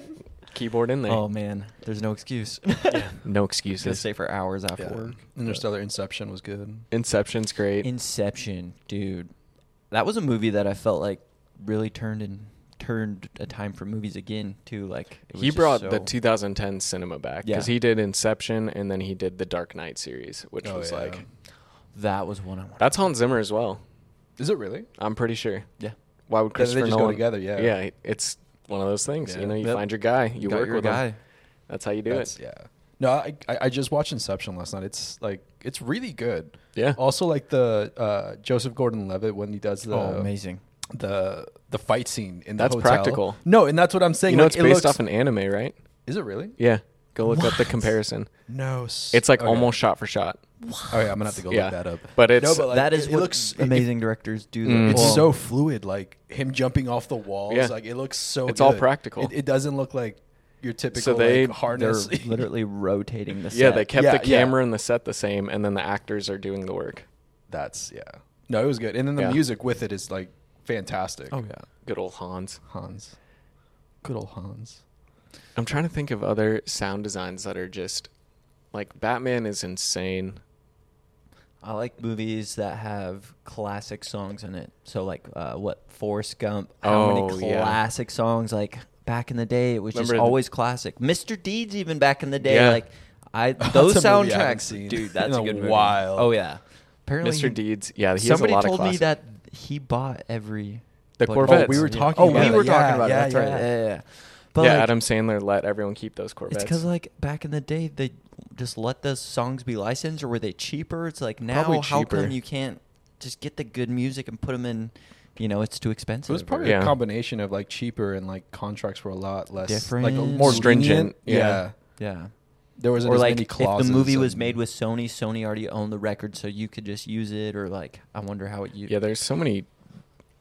Speaker 3: keyboard in there
Speaker 5: [laughs] Oh man, there's no excuse.
Speaker 3: no
Speaker 5: [laughs] It's gonna
Speaker 3: excuses
Speaker 5: stay for hours after
Speaker 4: yeah.
Speaker 5: work.
Speaker 4: Interstellar Inception was good.
Speaker 3: inception's great
Speaker 5: Inception, dude. That was a movie that I felt like really turned and turned a time for movies again too. Like it was
Speaker 3: He
Speaker 5: just
Speaker 3: brought
Speaker 5: so-
Speaker 3: the 2010 cinema back because
Speaker 5: Yeah.
Speaker 3: he did Inception and then he did the Dark Knight series, which
Speaker 4: Oh,
Speaker 3: was
Speaker 4: yeah.
Speaker 3: like
Speaker 5: That was one I wanted.
Speaker 3: that's Hans Zimmer as well.
Speaker 4: Is it really?
Speaker 3: I'm pretty sure.
Speaker 5: yeah.
Speaker 3: Why would
Speaker 4: Yeah, they
Speaker 3: Christopher
Speaker 4: just go
Speaker 3: Nolan?
Speaker 4: together, yeah.
Speaker 3: yeah. It's one of those things.
Speaker 4: Yeah.
Speaker 3: You know, you
Speaker 5: Yep.
Speaker 3: find your guy, you
Speaker 5: Got
Speaker 3: work
Speaker 5: your
Speaker 3: with
Speaker 5: guy.
Speaker 3: him. That's how you do
Speaker 4: That's-
Speaker 3: it.
Speaker 4: Yeah. No, I, I I just watched Inception last night. It's like it's really good.
Speaker 3: Yeah.
Speaker 4: Also, like the uh, Joseph Gordon-Levitt when he does the
Speaker 5: oh, amazing.
Speaker 4: the the fight scene in the
Speaker 3: That's
Speaker 4: hotel.
Speaker 3: practical.
Speaker 4: No, and that's what I'm saying.
Speaker 3: You know,
Speaker 4: like,
Speaker 3: it's
Speaker 4: it
Speaker 3: based
Speaker 4: looks-
Speaker 3: off an anime, right?
Speaker 4: Is it really?
Speaker 3: Yeah. Go look up the comparison.
Speaker 4: No.
Speaker 3: It's like
Speaker 4: okay.
Speaker 3: almost shot for shot.
Speaker 4: Okay, I'm gonna have to go
Speaker 3: Oh, Yeah.
Speaker 4: look that up.
Speaker 3: But it's-
Speaker 4: like,
Speaker 5: that is
Speaker 4: it- it
Speaker 5: what
Speaker 4: looks it-
Speaker 5: amazing directors do.
Speaker 3: Mm.
Speaker 5: though.
Speaker 4: It's
Speaker 5: Well,
Speaker 4: so fluid, like him jumping off the walls.
Speaker 3: Yeah.
Speaker 4: Like it looks so.
Speaker 3: It's all
Speaker 4: good.
Speaker 3: practical.
Speaker 4: It, it doesn't look like your typical
Speaker 3: they-
Speaker 4: like,
Speaker 5: they're
Speaker 4: harness. [laughs]
Speaker 5: literally rotating the set.
Speaker 3: Yeah, they kept
Speaker 4: Yeah,
Speaker 3: the
Speaker 4: yeah.
Speaker 3: camera and the set the same, and then the actors are doing the work.
Speaker 4: That's yeah. No, it was good, and then the
Speaker 3: Yeah.
Speaker 4: music with it is like fantastic.
Speaker 5: Oh yeah.
Speaker 3: Good old Hans.
Speaker 4: Hans, good old Hans.
Speaker 3: I'm trying to think of other sound designs that are just like Batman is insane.
Speaker 5: I like movies that have classic songs in it. So like uh, what Forrest Gump? How
Speaker 3: Oh,
Speaker 5: many
Speaker 3: yeah.
Speaker 5: classic songs? Like back in the day, it was just
Speaker 3: Remember the-
Speaker 5: always classic. Mr. Deeds, even back in the day,
Speaker 3: Yeah.
Speaker 5: like
Speaker 3: [laughs]
Speaker 5: I
Speaker 4: That's
Speaker 5: those
Speaker 4: a movie I haven't
Speaker 5: soundtracks,
Speaker 4: seen
Speaker 5: dude. That's
Speaker 4: in
Speaker 5: a
Speaker 4: a
Speaker 5: good movie.
Speaker 4: while.
Speaker 5: Oh yeah, apparently
Speaker 3: Mr. Deeds. Yeah, he
Speaker 5: somebody
Speaker 3: has a lot
Speaker 5: told
Speaker 3: of
Speaker 5: me
Speaker 3: classic-
Speaker 5: that he bought every
Speaker 3: The
Speaker 5: like-
Speaker 3: Corvettes.
Speaker 4: Oh, we were
Speaker 3: Yeah.
Speaker 4: talking
Speaker 5: Oh,
Speaker 4: about
Speaker 5: we
Speaker 4: it.
Speaker 5: were
Speaker 4: Yeah,
Speaker 5: talking about
Speaker 4: yeah,
Speaker 5: it. That's right.
Speaker 4: yeah.
Speaker 5: Yeah, yeah. yeah. But
Speaker 3: yeah,
Speaker 5: like,
Speaker 3: Adam Sandler let everyone keep those Corvettes.
Speaker 5: It's because like back in the day, they just let those songs be licensed, or were they cheaper? It's like now,
Speaker 3: Probably
Speaker 5: how
Speaker 3: cheaper.
Speaker 5: come you can't just get the good music and put them in? You know, it's too expensive.
Speaker 4: So it was probably
Speaker 3: Yeah.
Speaker 4: a combination of like cheaper and like contracts were a lot less
Speaker 5: Different.
Speaker 4: like more stringent.
Speaker 3: Stringent, yeah.
Speaker 5: yeah.
Speaker 4: there wasn't
Speaker 5: Or
Speaker 4: as
Speaker 5: like
Speaker 4: many
Speaker 5: if
Speaker 4: clauses.
Speaker 5: the movie was
Speaker 4: and-
Speaker 5: made with Sony, Sony already owned the record, so you could just use it. Or like, I wonder how it used.
Speaker 3: yeah, there's so many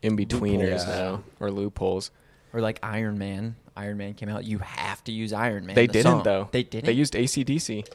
Speaker 3: in betweeners
Speaker 4: Loopholes.
Speaker 3: now or loopholes.
Speaker 5: Or like Iron Man. Iron Man came out. You have to use Iron Man.
Speaker 3: they
Speaker 5: the
Speaker 3: didn't
Speaker 5: song.
Speaker 3: though.
Speaker 5: They didn't.
Speaker 3: They used ACDC.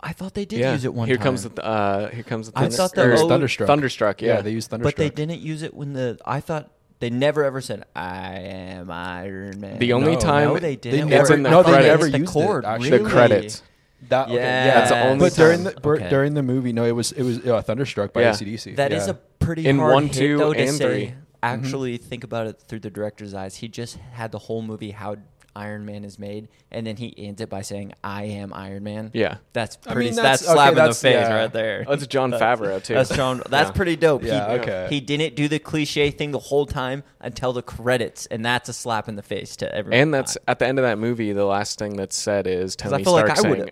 Speaker 5: I thought they did
Speaker 3: yeah.
Speaker 5: use it one
Speaker 3: here
Speaker 5: time.
Speaker 3: comes the uh, here comes the.
Speaker 5: I
Speaker 3: Thunder-
Speaker 5: thought the
Speaker 3: or
Speaker 5: old-
Speaker 4: Thunderstruck.
Speaker 3: Thunderstruck. Yeah,
Speaker 4: Yeah, they used Thunderstruck.
Speaker 5: But they didn't use it when the I thought they never ever said I am Iron Man.
Speaker 3: The only
Speaker 4: No,
Speaker 3: time
Speaker 5: no, they didn't.
Speaker 3: it's
Speaker 4: never-
Speaker 3: in the
Speaker 4: no, they
Speaker 3: credits.
Speaker 4: never
Speaker 5: the
Speaker 4: used it,
Speaker 5: chord,
Speaker 4: actually.
Speaker 3: the
Speaker 5: really?
Speaker 3: credits.
Speaker 4: That, okay,
Speaker 5: Yeah,
Speaker 4: yeah,
Speaker 3: That's the only
Speaker 4: But during the
Speaker 5: time.
Speaker 4: bur-
Speaker 5: Okay.
Speaker 4: during the movie, no, it was it was uh, Thunderstruck by
Speaker 3: Yeah.
Speaker 4: ACDC.
Speaker 5: That is
Speaker 4: yeah.
Speaker 5: a pretty
Speaker 3: In
Speaker 5: hard
Speaker 3: one,
Speaker 5: hit,
Speaker 3: two,
Speaker 5: though, to
Speaker 3: and
Speaker 5: say.
Speaker 3: three. Mm-hmm.
Speaker 5: Actually, think about it through the director's eyes. He just had the whole movie how Iron Man is made, and then he ends it by saying, "I am Iron Man."
Speaker 3: Yeah.
Speaker 5: that's
Speaker 4: I
Speaker 5: pretty.
Speaker 4: mean,
Speaker 5: that's,
Speaker 4: that's- okay,
Speaker 5: slap
Speaker 4: that's-
Speaker 5: in the face
Speaker 4: yeah.
Speaker 5: right there.
Speaker 3: That's John Oh, Favreau, too.
Speaker 5: That's John. That's
Speaker 3: Yeah.
Speaker 5: pretty dope.
Speaker 4: Yeah,
Speaker 5: he,
Speaker 4: okay.
Speaker 5: He didn't do the cliche thing the whole time until the credits, and that's a slap in the face to everyone.
Speaker 3: And that's at the end of that movie. The last thing that's said is Tony
Speaker 5: I feel like
Speaker 3: Stark
Speaker 5: I
Speaker 3: saying,
Speaker 5: would've-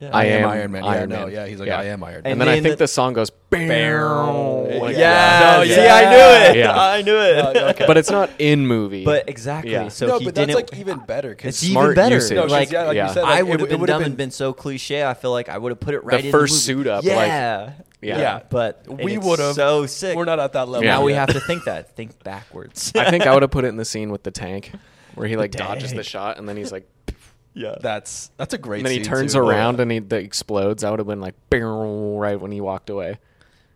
Speaker 5: Yeah.
Speaker 3: "I
Speaker 4: I
Speaker 3: am
Speaker 4: am Iron Man." Yeah, no, yeah, he's like, "I am Iron
Speaker 3: And,
Speaker 5: Man."
Speaker 3: then, I
Speaker 5: And
Speaker 3: think
Speaker 5: the-
Speaker 3: the song goes, "Bam." like
Speaker 5: Yeah,
Speaker 3: that.
Speaker 5: see, I knew it.
Speaker 3: Yeah.
Speaker 5: [laughs] I knew it.
Speaker 3: [laughs] But it's not in movie.
Speaker 5: [laughs] But exactly.
Speaker 3: Yeah.
Speaker 5: So
Speaker 4: no,
Speaker 5: he
Speaker 4: but
Speaker 5: didn't.
Speaker 4: that's like
Speaker 5: [laughs]
Speaker 4: even better because
Speaker 5: it's
Speaker 3: smart
Speaker 5: even better.
Speaker 3: usage. No, 'cause
Speaker 5: like,
Speaker 4: yeah, like
Speaker 3: yeah.
Speaker 4: you said, like,
Speaker 5: I
Speaker 4: it
Speaker 5: would have
Speaker 4: w- it
Speaker 5: been
Speaker 4: would've
Speaker 5: dumb and been so cliche. I feel like I would have put it right. in
Speaker 3: first
Speaker 5: movie.
Speaker 3: suit up, like-
Speaker 5: Yeah.
Speaker 3: Yeah.
Speaker 5: But
Speaker 4: we
Speaker 5: it's
Speaker 4: would have.
Speaker 5: So sick.
Speaker 4: We're not at that level.
Speaker 3: Yeah.
Speaker 5: Now we
Speaker 4: yet.
Speaker 5: have to think that. Think backwards.
Speaker 4: [laughs]
Speaker 3: I think I would have put it in the scene with the tank, where he like dodges the shot and then
Speaker 4: [laughs]
Speaker 3: he's like,
Speaker 5: [laughs] yeah.
Speaker 4: That's that's a great.
Speaker 3: and then he
Speaker 4: scene,
Speaker 3: turns
Speaker 4: too.
Speaker 3: around
Speaker 4: Yeah.
Speaker 3: and he that explodes. I would have been like, [laughs] "Bam," right when he walked away.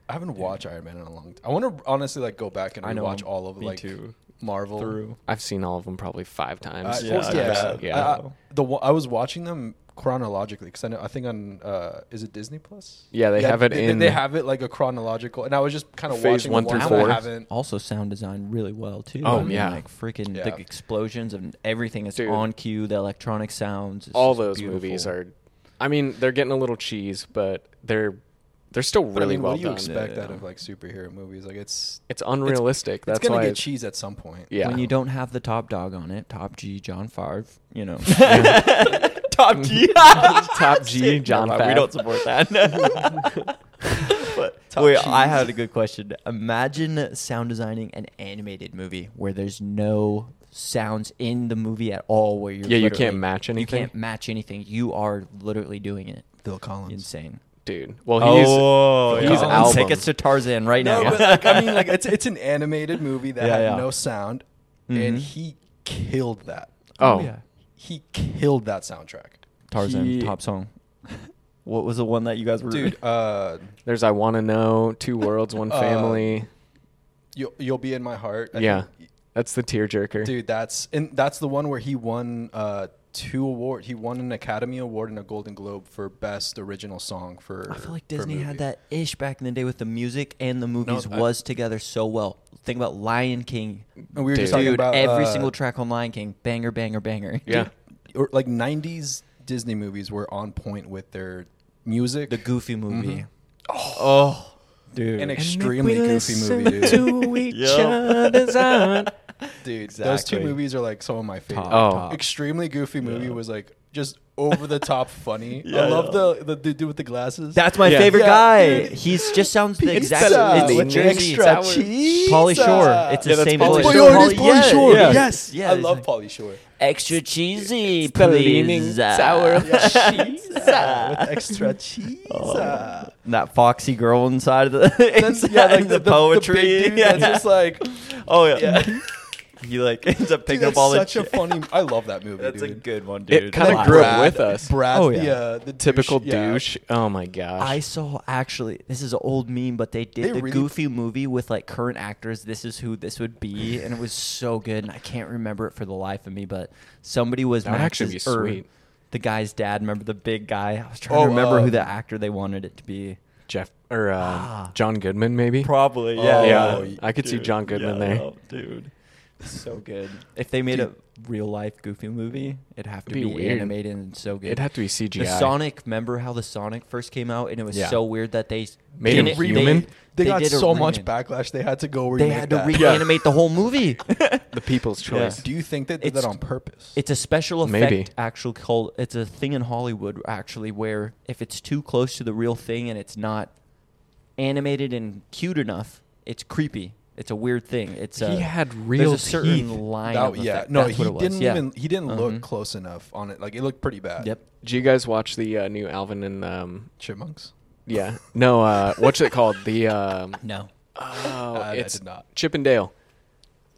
Speaker 4: I haven't watched Iron Man in a long time. I want to honestly like go back and
Speaker 5: I know,
Speaker 4: watch all of
Speaker 5: me
Speaker 4: like
Speaker 5: too.
Speaker 4: Marvel
Speaker 5: Through.
Speaker 3: I've seen all of them probably five times.
Speaker 4: Uh,
Speaker 3: six
Speaker 5: yeah,
Speaker 4: well,
Speaker 3: times.
Speaker 4: yeah. Uh,
Speaker 5: so,
Speaker 3: yeah.
Speaker 4: I, I, the one- I was watching them chronologically because I know I think on uh, is it Disney Plus?
Speaker 3: Yeah, they have it
Speaker 4: they,
Speaker 3: in-
Speaker 4: They have it like a chronological, and I was just kind of
Speaker 3: Phase
Speaker 4: watching
Speaker 3: one
Speaker 4: the
Speaker 3: through
Speaker 4: ones
Speaker 3: four.
Speaker 4: I haven't.
Speaker 5: Also, sound design really well too.
Speaker 3: Oh,
Speaker 5: I mean,
Speaker 3: yeah.
Speaker 5: like freaking
Speaker 4: Yeah.
Speaker 5: the explosions and everything is
Speaker 3: Dude.
Speaker 5: on cue. The electronic sounds. It's
Speaker 3: all
Speaker 5: just
Speaker 3: those
Speaker 5: beautiful.
Speaker 3: movies are. I mean, they're getting a little cheese, but they're they're still
Speaker 4: But
Speaker 3: really
Speaker 4: I mean,
Speaker 3: well
Speaker 4: what do you
Speaker 3: done.
Speaker 4: expect
Speaker 5: Yeah.
Speaker 4: out of like superhero movies? Like it's
Speaker 3: It's unrealistic.
Speaker 4: It's
Speaker 3: That's
Speaker 4: gonna
Speaker 3: why
Speaker 4: get
Speaker 3: it's-
Speaker 4: cheese at some point.
Speaker 3: Yeah.
Speaker 5: When you don't have the top dog on it, top G, John Favre, you know,
Speaker 3: [laughs] top
Speaker 5: [laughs]
Speaker 3: G, [laughs]
Speaker 4: [laughs]
Speaker 3: top G, John.
Speaker 5: we
Speaker 3: Favre.
Speaker 5: don't support that.
Speaker 3: [laughs]
Speaker 5: but wait, I had a good question. Imagine sound designing an animated movie where there's no sounds in the movie at all. Where you're
Speaker 3: Yeah, you
Speaker 5: literally-
Speaker 3: can't match anything.
Speaker 5: You can't match anything. You are literally doing it.
Speaker 4: Bill Collins.
Speaker 5: Insane.
Speaker 3: dude. Well, he's
Speaker 4: Oh,
Speaker 3: he's
Speaker 5: he's
Speaker 3: album.
Speaker 5: tickets to Tarzan right
Speaker 4: No,
Speaker 5: now.
Speaker 4: but like, I mean,
Speaker 3: [laughs]
Speaker 5: [laughs]
Speaker 4: like it's it's an animated movie that
Speaker 5: Yeah,
Speaker 4: had
Speaker 5: yeah.
Speaker 4: no sound, and he killed that.
Speaker 3: Mm-hmm. oh,
Speaker 5: yeah.
Speaker 4: He killed that soundtrack,
Speaker 5: Tarzan
Speaker 3: He-
Speaker 5: top song. [laughs] What was the one that you guys were? [laughs]
Speaker 4: dude. Uh,
Speaker 3: there's I want to know, two worlds,
Speaker 4: [laughs]
Speaker 3: one
Speaker 4: Uh,
Speaker 3: family.
Speaker 4: you'll you'll be in my heart. I
Speaker 3: yeah,
Speaker 4: think-
Speaker 3: that's the tearjerker.
Speaker 4: dude that's and that's the one where he won uh two award he won an academy award and a golden globe for best original song for
Speaker 5: I feel like
Speaker 4: for a
Speaker 5: Disney had
Speaker 4: movie.
Speaker 5: that ish back in the day with the music and the movies
Speaker 4: I-
Speaker 5: was together so well. Think about Lion King.
Speaker 4: and we were
Speaker 3: Dude.
Speaker 4: just talking
Speaker 5: Dude,
Speaker 4: about
Speaker 5: every
Speaker 4: uh,
Speaker 5: single track on Lion King, banger, banger, banger.
Speaker 3: yeah,
Speaker 4: or like 90s disney movies were on point with their music
Speaker 5: The Goofy movie.
Speaker 4: oh dude an extremely goofy movie dude, [laughs]
Speaker 3: To each other's eye.
Speaker 4: Dude, those two
Speaker 5: Exactly.
Speaker 4: movies are like some of my favorite
Speaker 3: Oh. top.
Speaker 4: extremely goofy movie was like just over the top funny i love the, the the dude with the glasses
Speaker 5: That's my
Speaker 3: Yeah.
Speaker 5: favorite
Speaker 4: Yeah,
Speaker 5: guy.
Speaker 4: dude.
Speaker 5: He's just sounds the exact
Speaker 4: Pizza
Speaker 5: it's
Speaker 4: with
Speaker 5: Jersey.
Speaker 4: Uh, extra
Speaker 5: It's
Speaker 4: cheese.
Speaker 5: Polly Shore. It's
Speaker 3: Yeah,
Speaker 5: the
Speaker 3: that's
Speaker 5: same
Speaker 3: Pauly Shore.
Speaker 5: voice.
Speaker 4: Shore, it is
Speaker 5: Pauly-
Speaker 4: Pauly
Speaker 5: yeah,
Speaker 4: Shore.
Speaker 5: yeah.
Speaker 4: Yes,
Speaker 5: yeah.
Speaker 4: I
Speaker 5: it's
Speaker 4: love
Speaker 5: like,
Speaker 4: Pauly Shore.
Speaker 5: extra cheesy,
Speaker 3: the leaning
Speaker 5: please.
Speaker 3: sour
Speaker 5: [laughs] cheese.
Speaker 4: with extra [laughs] cheese.
Speaker 5: [laughs]
Speaker 4: Uh,
Speaker 5: That foxy girl inside of the,
Speaker 4: That's
Speaker 5: inside
Speaker 4: yeah, like
Speaker 5: the, poetry.
Speaker 4: The big dude
Speaker 5: Yeah.
Speaker 4: That's just like
Speaker 5: oh yeah. [laughs] he like ends up picking
Speaker 4: Dude,
Speaker 5: up all the
Speaker 4: that's such a
Speaker 5: chi- [laughs]
Speaker 4: funny. I love that movie.
Speaker 5: That's
Speaker 4: dude.
Speaker 5: a good one, dude.
Speaker 3: It kinda
Speaker 5: Like,
Speaker 3: grew
Speaker 5: Brad-
Speaker 3: up with us.
Speaker 4: Brad,
Speaker 5: Oh, yeah.
Speaker 4: the, uh, the
Speaker 3: Typical
Speaker 4: douche, yeah.
Speaker 3: douche. Oh my gosh.
Speaker 5: I saw actually this is an old meme, but they did
Speaker 4: They
Speaker 5: the
Speaker 4: really-
Speaker 5: Goofy movie with like current actors. This is who this would be, and it was so good. And I can't remember it for the life of me, but somebody was
Speaker 3: That would actually
Speaker 5: Max's-
Speaker 3: be
Speaker 5: or
Speaker 3: sweet.
Speaker 5: The guy's dad, remember the big guy? I was trying
Speaker 4: Oh,
Speaker 5: to remember
Speaker 4: uh,
Speaker 5: who the actor they wanted it to be.
Speaker 3: Jeff or uh,
Speaker 5: Ah.
Speaker 3: John Goodman maybe.
Speaker 5: [laughs] Probably,
Speaker 4: yeah.
Speaker 3: yeah,
Speaker 4: Oh,
Speaker 3: I could see John Goodman there.
Speaker 5: dude. So [laughs] good. If they made
Speaker 4: Dude.
Speaker 5: a real life Goofy movie, it'd have to
Speaker 3: Be
Speaker 5: be,
Speaker 3: weird.
Speaker 5: animated and so good.
Speaker 3: It'd have to be CGI.
Speaker 5: The Sonic, remember how the Sonic first came out, and it was
Speaker 3: Yeah.
Speaker 5: so weird that they
Speaker 3: Made
Speaker 5: did
Speaker 3: him
Speaker 5: it-
Speaker 3: human?
Speaker 4: They,
Speaker 5: They,
Speaker 4: got
Speaker 5: did a
Speaker 4: so much
Speaker 5: reman-
Speaker 4: backlash. They had to go.
Speaker 5: They
Speaker 4: Remake
Speaker 5: had to
Speaker 4: that.
Speaker 5: reanimate the
Speaker 4: [laughs]
Speaker 5: whole movie.
Speaker 3: The People's
Speaker 5: Yeah.
Speaker 3: Choice.
Speaker 4: Do you think they did
Speaker 5: It's-
Speaker 4: that on purpose?
Speaker 5: It's a special effect,
Speaker 3: Maybe.
Speaker 5: actual called. It's a thing in Hollywood, actually, where if it's too close to the real thing and it's not animated and cute enough, it's creepy. It's a weird thing. It's a,
Speaker 3: He had
Speaker 5: there's
Speaker 3: real
Speaker 5: a certain
Speaker 3: teeth.
Speaker 5: line.
Speaker 4: That-
Speaker 5: of
Speaker 4: yeah,
Speaker 5: effect.
Speaker 4: no,
Speaker 5: That's
Speaker 4: he
Speaker 5: what it was.
Speaker 4: didn't
Speaker 5: Yeah.
Speaker 4: even he didn't
Speaker 5: Mhm.
Speaker 4: look close enough on it. Like it looked pretty bad.
Speaker 5: Yep.
Speaker 3: Do you guys watch the uh, new Alvin and um
Speaker 4: Chipmunks.
Speaker 3: yeah. No, uh what's it called? The um
Speaker 4: [laughs]
Speaker 5: No.
Speaker 3: Oh,
Speaker 4: I
Speaker 3: it's
Speaker 4: did not.
Speaker 3: Chip and Dale.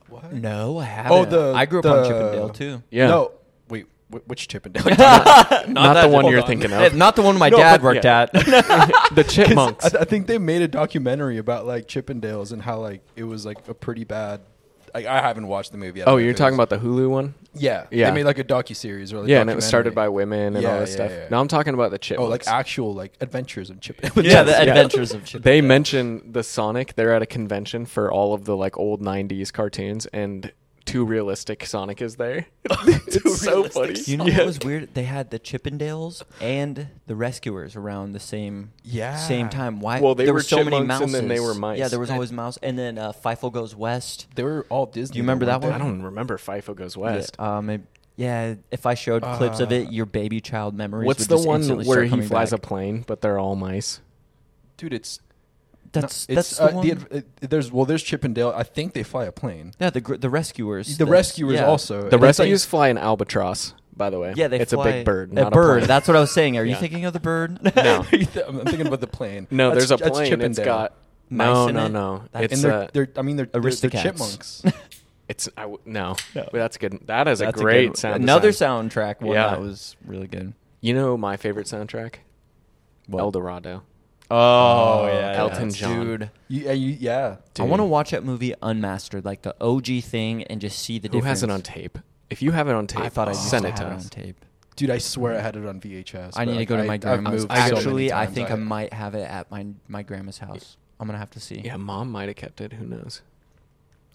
Speaker 4: What?
Speaker 5: No, I haven't.
Speaker 4: Oh, the
Speaker 5: I grew up
Speaker 4: the,
Speaker 5: on
Speaker 4: [laughs]
Speaker 5: Chippendale [laughs] too.
Speaker 3: Yeah.
Speaker 4: No. Wait. wh- Which
Speaker 5: [laughs]
Speaker 4: Chippendale? I,
Speaker 3: Not, the
Speaker 5: that-
Speaker 3: one
Speaker 5: hold
Speaker 3: you're
Speaker 5: on.
Speaker 3: thinking
Speaker 5: Eh,
Speaker 3: of.
Speaker 5: [laughs] Not the one my
Speaker 3: No,
Speaker 5: dad
Speaker 3: but-
Speaker 5: worked
Speaker 3: yeah.
Speaker 4: [laughs]
Speaker 3: [laughs]
Speaker 5: at.
Speaker 3: the Chipmunks.
Speaker 4: I think they made a documentary about like Chippendales and how like it was like a pretty bad. I, I haven't watched the movie. I don't
Speaker 3: Oh,
Speaker 4: know
Speaker 3: you're
Speaker 4: if it
Speaker 3: talking
Speaker 4: was-
Speaker 3: about the Hulu one?
Speaker 4: Yeah.
Speaker 3: Yeah.
Speaker 4: They made like a docu series or like
Speaker 3: yeah, and it was started by
Speaker 4: documentary.
Speaker 3: women and
Speaker 4: Yeah,
Speaker 3: all this
Speaker 4: yeah,
Speaker 3: stuff.
Speaker 4: yeah.
Speaker 3: No, I'm talking about the
Speaker 4: oh like
Speaker 3: Chipmunks.
Speaker 4: actual like adventures of [laughs] Chip.
Speaker 5: yeah, the Adventures of Chippendale.
Speaker 3: They mention the Sonic. They're at a convention for all of the like old '90s cartoons, and too realistic Sonic is
Speaker 5: [laughs]
Speaker 3: there. [laughs] it's so
Speaker 5: realistic
Speaker 3: funny.
Speaker 5: You know
Speaker 3: Yeah.
Speaker 5: what was weird? They had the Chippendales and the Rescuers around the same
Speaker 4: Yeah.
Speaker 5: same time. Why?
Speaker 3: Well, they
Speaker 5: there
Speaker 3: were
Speaker 5: were so many
Speaker 3: chipmunks
Speaker 5: mice,
Speaker 3: and then they were mice.
Speaker 5: Yeah, there was always mouse, and then uh, FIFO goes west.
Speaker 4: they were all Disney.
Speaker 5: Do you remember
Speaker 4: though,
Speaker 5: that
Speaker 4: weren't
Speaker 5: one?
Speaker 3: I don't remember FIFO Goes
Speaker 5: Yeah,
Speaker 3: West.
Speaker 5: um, it- yeah, if I showed
Speaker 4: Uh,
Speaker 5: clips of it, your baby child memories.
Speaker 3: What's
Speaker 5: would
Speaker 3: the
Speaker 5: just
Speaker 3: one
Speaker 5: instantly
Speaker 3: where
Speaker 5: start
Speaker 3: he
Speaker 5: coming
Speaker 3: flies
Speaker 5: back.
Speaker 3: a plane, but they're all mice?
Speaker 4: they? Dude, it's
Speaker 5: That's
Speaker 4: No,
Speaker 5: that's
Speaker 4: uh,
Speaker 5: the one.
Speaker 4: adv- uh, there's well, there's Chippendale. I think they fly a plane. [laughs]
Speaker 5: yeah, the gr- the rescuers.
Speaker 4: The
Speaker 5: that's-
Speaker 4: rescuers
Speaker 5: yeah.
Speaker 4: also.
Speaker 3: The
Speaker 4: And it's like-
Speaker 3: rescues fly an albatross. By the way,
Speaker 5: Yeah, they
Speaker 3: it's
Speaker 5: fly
Speaker 3: a big bird.
Speaker 5: A
Speaker 3: not
Speaker 5: bird.
Speaker 3: plane.
Speaker 5: that's what I was saying. Are you
Speaker 3: Yeah.
Speaker 5: thinking of the bird? [laughs]
Speaker 3: No.
Speaker 4: I'm thinking about the plane.
Speaker 3: no.
Speaker 4: That's-
Speaker 3: There's a
Speaker 4: that's
Speaker 3: plane. It's
Speaker 4: Chippendale.
Speaker 3: got
Speaker 5: Mice
Speaker 3: no,
Speaker 5: in
Speaker 3: no,
Speaker 5: it?
Speaker 3: no.
Speaker 5: That's-
Speaker 3: It's
Speaker 4: and they're,
Speaker 3: a,
Speaker 4: they're I mean they're, they're, they're
Speaker 5: Aristocats. [laughs]
Speaker 4: chipmunks.
Speaker 3: it's I w- no.
Speaker 5: No.
Speaker 3: But that's good. That is
Speaker 5: That's
Speaker 3: a
Speaker 5: good
Speaker 3: great
Speaker 5: one.
Speaker 3: sound.
Speaker 5: Another
Speaker 3: design.
Speaker 5: soundtrack one
Speaker 3: Yeah.
Speaker 5: that was really good.
Speaker 3: You know my favorite soundtrack? El Dorado.
Speaker 5: Oh,
Speaker 4: yeah,
Speaker 3: Elton John.
Speaker 5: Dude.
Speaker 4: you, yeah, you, yeah.
Speaker 5: I want to
Speaker 3: Dude.
Speaker 5: watch that movie unmastered, like the OG thing, and just see the
Speaker 3: Who
Speaker 5: difference.
Speaker 3: has it on tape? If you have it on tape,
Speaker 5: I thought I used
Speaker 3: sent
Speaker 5: to
Speaker 3: it to
Speaker 5: have it on
Speaker 3: us.
Speaker 5: tape.
Speaker 4: dude, I swear I had it on VHS. but,
Speaker 5: I need to
Speaker 4: like,
Speaker 5: go to my
Speaker 4: I've
Speaker 5: grandma's.
Speaker 4: moved so many
Speaker 5: Actually, I
Speaker 4: times,
Speaker 5: think I might have it at my my grandma's house. I'm gonna have to see.
Speaker 3: Yeah, mom might have kept it. Who knows?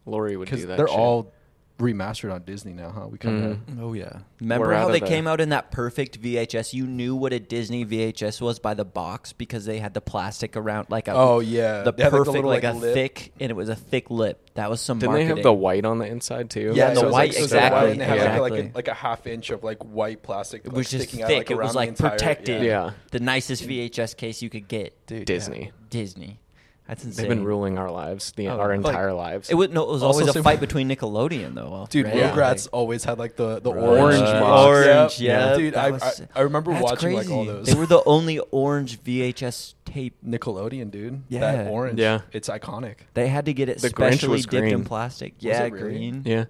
Speaker 3: Lori would
Speaker 4: because
Speaker 3: do that.
Speaker 4: they're
Speaker 3: shit.
Speaker 4: all remastered on Disney now, huh? We kind of.
Speaker 3: Mhm.
Speaker 5: Oh yeah. Remember
Speaker 3: We're out
Speaker 5: how
Speaker 3: of
Speaker 5: they
Speaker 3: the-
Speaker 5: came out in that perfect VHS? You knew what a Disney VHS was by the box because they had the plastic around, like a
Speaker 4: Oh, yeah.
Speaker 5: the
Speaker 4: They had, like, the
Speaker 5: perfect
Speaker 4: little,
Speaker 5: like,
Speaker 4: like,
Speaker 5: a
Speaker 4: lip.
Speaker 5: thick, and it was a thick lip. That was some.
Speaker 3: Didn't they have
Speaker 5: marketing.
Speaker 3: the white on the inside too?
Speaker 5: Yeah,
Speaker 3: it
Speaker 5: the
Speaker 3: was,
Speaker 5: white,
Speaker 3: so
Speaker 5: exactly,
Speaker 3: white.
Speaker 4: and they had
Speaker 3: Yeah.
Speaker 4: like, a,
Speaker 5: exactly.
Speaker 4: like a half inch of like white plastic.
Speaker 5: It
Speaker 4: like,
Speaker 5: was just thick.
Speaker 4: sticking out, like,
Speaker 5: it
Speaker 4: around
Speaker 5: was
Speaker 4: the
Speaker 5: like
Speaker 4: entire-
Speaker 5: protected.
Speaker 4: yeah.
Speaker 3: Yeah.
Speaker 5: The nicest VHS case you could get.
Speaker 4: Dude,
Speaker 3: Disney.
Speaker 4: yeah.
Speaker 5: Disney. That's insane.
Speaker 3: They've been ruling our lives, the,
Speaker 5: Oh,
Speaker 3: our
Speaker 5: yeah.
Speaker 3: entire lives.
Speaker 5: It was no. It was
Speaker 4: Also
Speaker 5: always a
Speaker 4: same-
Speaker 5: fight between Nickelodeon though.
Speaker 4: Dude,
Speaker 5: right?
Speaker 4: Rugrats
Speaker 5: Like-
Speaker 4: always had like the the
Speaker 5: Right.
Speaker 4: orange
Speaker 3: Orange
Speaker 4: box. Yep.
Speaker 5: Orange, yeah.
Speaker 4: Dude,
Speaker 5: That
Speaker 4: I,
Speaker 5: was-
Speaker 4: I I remember
Speaker 5: That's
Speaker 4: watching like all
Speaker 5: crazy.
Speaker 4: those.
Speaker 5: They were the only orange VHS tape.
Speaker 4: Nickelodeon, dude.
Speaker 5: Yeah.
Speaker 4: that orange.
Speaker 3: Yeah.
Speaker 4: it's iconic.
Speaker 5: They had to get it
Speaker 3: The Grinch
Speaker 5: specially
Speaker 3: was
Speaker 5: dipped
Speaker 3: green.
Speaker 5: in plastic. Yeah,
Speaker 4: it really?
Speaker 5: green.
Speaker 3: yeah.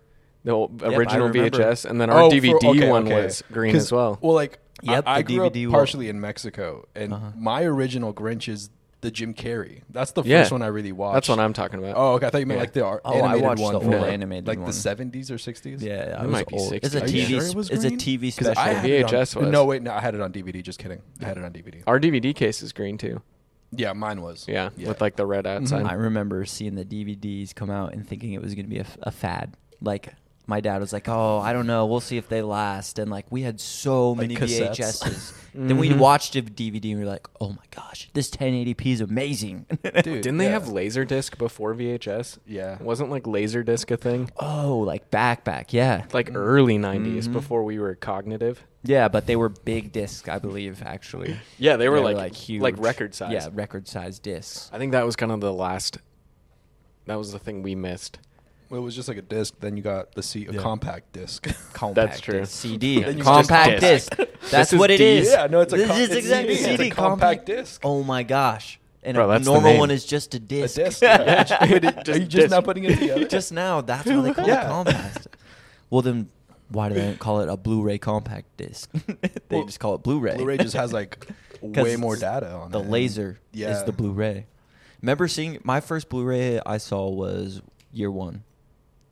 Speaker 3: The old original
Speaker 5: remember.
Speaker 3: VHS, and then our
Speaker 4: Oh, for-
Speaker 3: DVD
Speaker 4: okay,
Speaker 3: one
Speaker 4: okay.
Speaker 3: was green
Speaker 4: 'Cause-
Speaker 3: as well.
Speaker 4: Well, like
Speaker 5: Yep,
Speaker 4: I, I
Speaker 5: the
Speaker 4: grew
Speaker 5: DVD
Speaker 4: up
Speaker 5: one.
Speaker 4: partially in Mexico, and
Speaker 5: Uh-huh.
Speaker 4: my original Grinch is the Jim Carrey. That's the
Speaker 3: Yeah.
Speaker 4: first one I really watched.
Speaker 3: That's what I'm talking about.
Speaker 4: Oh, okay. I thought you meant
Speaker 3: Yeah.
Speaker 4: like the ar-
Speaker 5: Oh, I
Speaker 4: animated
Speaker 5: watched
Speaker 4: one,
Speaker 5: the
Speaker 4: from,
Speaker 5: old
Speaker 4: like,
Speaker 5: animated
Speaker 4: like
Speaker 5: one.
Speaker 4: the 70s or 60s.
Speaker 5: Yeah, yeah.
Speaker 3: It
Speaker 5: I was
Speaker 3: might be
Speaker 5: old. It's a
Speaker 3: 60. Are you
Speaker 5: TV.
Speaker 3: sure
Speaker 4: it was
Speaker 5: it's a
Speaker 4: green?
Speaker 5: TV
Speaker 4: 'Cause
Speaker 5: special.
Speaker 4: I had it on-
Speaker 3: VHS was.
Speaker 4: No, wait, no, I had it on DVD. Just kidding. I had it on DVD.
Speaker 3: Our DVD case is green too.
Speaker 4: yeah, mine was.
Speaker 3: Yeah, Mm-hmm. with like the red outside.
Speaker 5: I remember seeing the DVDs come out and thinking it was going to be a, f- a fad. Like my dad was like, "Oh, I don't know, we'll see if they last." And like we had so
Speaker 4: Like
Speaker 5: many
Speaker 4: cassettes.
Speaker 3: [laughs]
Speaker 5: VHSs. Then we
Speaker 3: Mhm.
Speaker 5: watched a DVD and we were like, "Oh my gosh, this 1080p is amazing." [laughs]
Speaker 4: Dude,
Speaker 3: Didn't they
Speaker 4: yeah.
Speaker 3: have Laserdisc before VHS?
Speaker 4: Yeah.
Speaker 3: Wasn't like Laserdisc a thing?
Speaker 5: oh, like backpack, yeah,
Speaker 3: Like early 90s
Speaker 5: Mm-hmm.
Speaker 3: before we were cognitive.
Speaker 5: yeah. But they were big discs, I believe, actually.
Speaker 3: Yeah, they were, like,
Speaker 5: huge,
Speaker 3: like record size.
Speaker 5: Yeah, record size discs.
Speaker 3: I think that was kind of the last. That was the thing we missed.
Speaker 4: It was just like a disc. Then you got the C, a compact disc. [laughs]
Speaker 5: Compact [laughs]
Speaker 3: true.
Speaker 5: disc, CD,
Speaker 4: Then you
Speaker 5: compact
Speaker 3: just disc.
Speaker 5: [laughs] disc. That's
Speaker 3: is
Speaker 5: what it
Speaker 3: D.
Speaker 5: is.
Speaker 4: yeah, no, it's a
Speaker 5: this
Speaker 4: com-
Speaker 5: is
Speaker 4: it's
Speaker 5: exactly
Speaker 4: CD. It's a
Speaker 5: CD
Speaker 4: compact disc.
Speaker 5: Oh my gosh. and
Speaker 3: Bro,
Speaker 5: a
Speaker 3: that's the
Speaker 5: normal
Speaker 3: name.
Speaker 5: one is just a disc.
Speaker 4: disc,
Speaker 5: [laughs]
Speaker 4: yeah. Wait, are you just
Speaker 3: disc.
Speaker 4: not putting it together?
Speaker 5: just now, that's why they call
Speaker 4: Yeah.
Speaker 5: it compact. Well, then why do they call it a Blu-ray compact disc? [laughs] they
Speaker 4: Well,
Speaker 5: just call it Blu-ray.
Speaker 4: Blu-ray just has like
Speaker 5: [laughs] 'Cause
Speaker 4: way more
Speaker 5: it's-
Speaker 4: data on
Speaker 5: the
Speaker 4: it.
Speaker 5: laser
Speaker 4: Yeah.
Speaker 5: is the Blu-ray. Remember seeing my first Blu-ray I saw was year one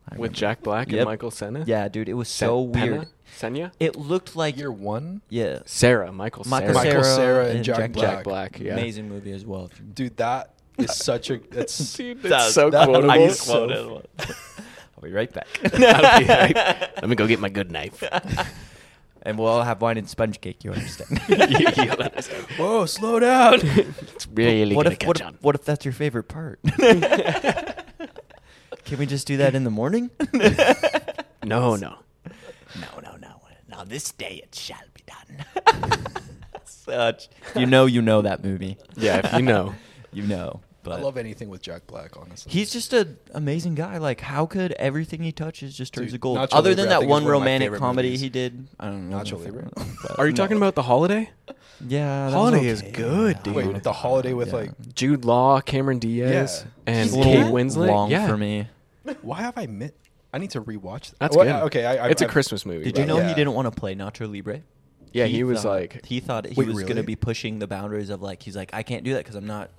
Speaker 5: I
Speaker 3: With
Speaker 5: remember.
Speaker 3: Jack Black and
Speaker 5: Yep.
Speaker 3: Michael Senna.
Speaker 5: Yeah, dude, it was
Speaker 3: Sen-
Speaker 5: so
Speaker 3: Penna?
Speaker 5: weird.
Speaker 3: Senya.
Speaker 5: It looked like
Speaker 4: Year one,
Speaker 5: yeah,
Speaker 3: Sarah. Michael.
Speaker 5: Michael
Speaker 3: Sarah.
Speaker 4: Michael
Speaker 5: Cera
Speaker 4: Cera and Jack
Speaker 3: Black. Black, yeah.
Speaker 5: amazing movie as well.
Speaker 4: dude. That is such
Speaker 5: [laughs]
Speaker 4: a.
Speaker 3: [laughs]
Speaker 4: That's
Speaker 3: Dude,
Speaker 5: That
Speaker 3: that's
Speaker 5: was-
Speaker 3: so
Speaker 4: that-
Speaker 3: quotable.
Speaker 4: I
Speaker 5: I'll
Speaker 4: just So- quoted
Speaker 5: [laughs] I'll be right [laughs] back.
Speaker 3: [laughs] I'll be right- [laughs] Let me go get my good knife.
Speaker 5: [laughs]
Speaker 3: [laughs]
Speaker 5: And we'll all have wine and sponge cake. You understand?
Speaker 3: [laughs]
Speaker 4: whoa, slow down.
Speaker 3: It's really
Speaker 5: what
Speaker 3: gonna
Speaker 5: if
Speaker 3: catch
Speaker 5: what if,
Speaker 3: on.
Speaker 5: what if that's your
Speaker 3: [laughs]
Speaker 5: favorite part? Can we just do that in
Speaker 3: [laughs]
Speaker 5: the morning?
Speaker 3: no, no.
Speaker 5: No, no, no. Now this day it shall be done. [laughs] Such. You know, you know that movie.
Speaker 3: Yeah, if you know.
Speaker 5: [laughs] You know.
Speaker 4: I
Speaker 5: But
Speaker 4: love anything with Jack Black, honestly.
Speaker 5: he's just an amazing guy. Like, how could everything he touches just turns
Speaker 4: Dude,
Speaker 5: to gold?
Speaker 4: Nacho
Speaker 5: Other
Speaker 4: Libre,
Speaker 5: than
Speaker 4: I
Speaker 5: that
Speaker 4: think, is one
Speaker 5: one
Speaker 4: of my
Speaker 5: romantic
Speaker 4: favorite
Speaker 5: comedy
Speaker 4: movies.
Speaker 5: he did. I don't know.
Speaker 4: Nacho
Speaker 5: if I
Speaker 4: Libre.
Speaker 5: remember, but-
Speaker 3: Are you
Speaker 5: No.
Speaker 3: talking about the holiday?
Speaker 5: Yeah. that was
Speaker 3: Holiday is
Speaker 5: okay.
Speaker 3: good, dude.
Speaker 4: Wait, the holiday with
Speaker 5: Yeah.
Speaker 4: like,
Speaker 3: Jude Law, Cameron Diaz,
Speaker 4: Yeah.
Speaker 3: and
Speaker 5: It's a little
Speaker 3: Kate Winslet.
Speaker 5: Long
Speaker 3: yeah,
Speaker 5: for me.
Speaker 4: why have I missed? I need to rewatch. That.
Speaker 3: That's
Speaker 4: Well,
Speaker 3: good.
Speaker 4: yeah, Okay, I, I,
Speaker 3: it's a
Speaker 4: I-
Speaker 3: Christmas movie.
Speaker 5: Did
Speaker 3: by
Speaker 5: you
Speaker 4: Right.
Speaker 3: the
Speaker 5: know
Speaker 3: way.
Speaker 5: he
Speaker 4: Yeah.
Speaker 5: didn't want to play Nacho Libre?
Speaker 3: Yeah, he, was
Speaker 5: thought-
Speaker 3: like,
Speaker 5: he thought he
Speaker 4: Wait,
Speaker 5: was going to
Speaker 4: really?
Speaker 5: be pushing the boundaries of like he's like I can't do that because I'm not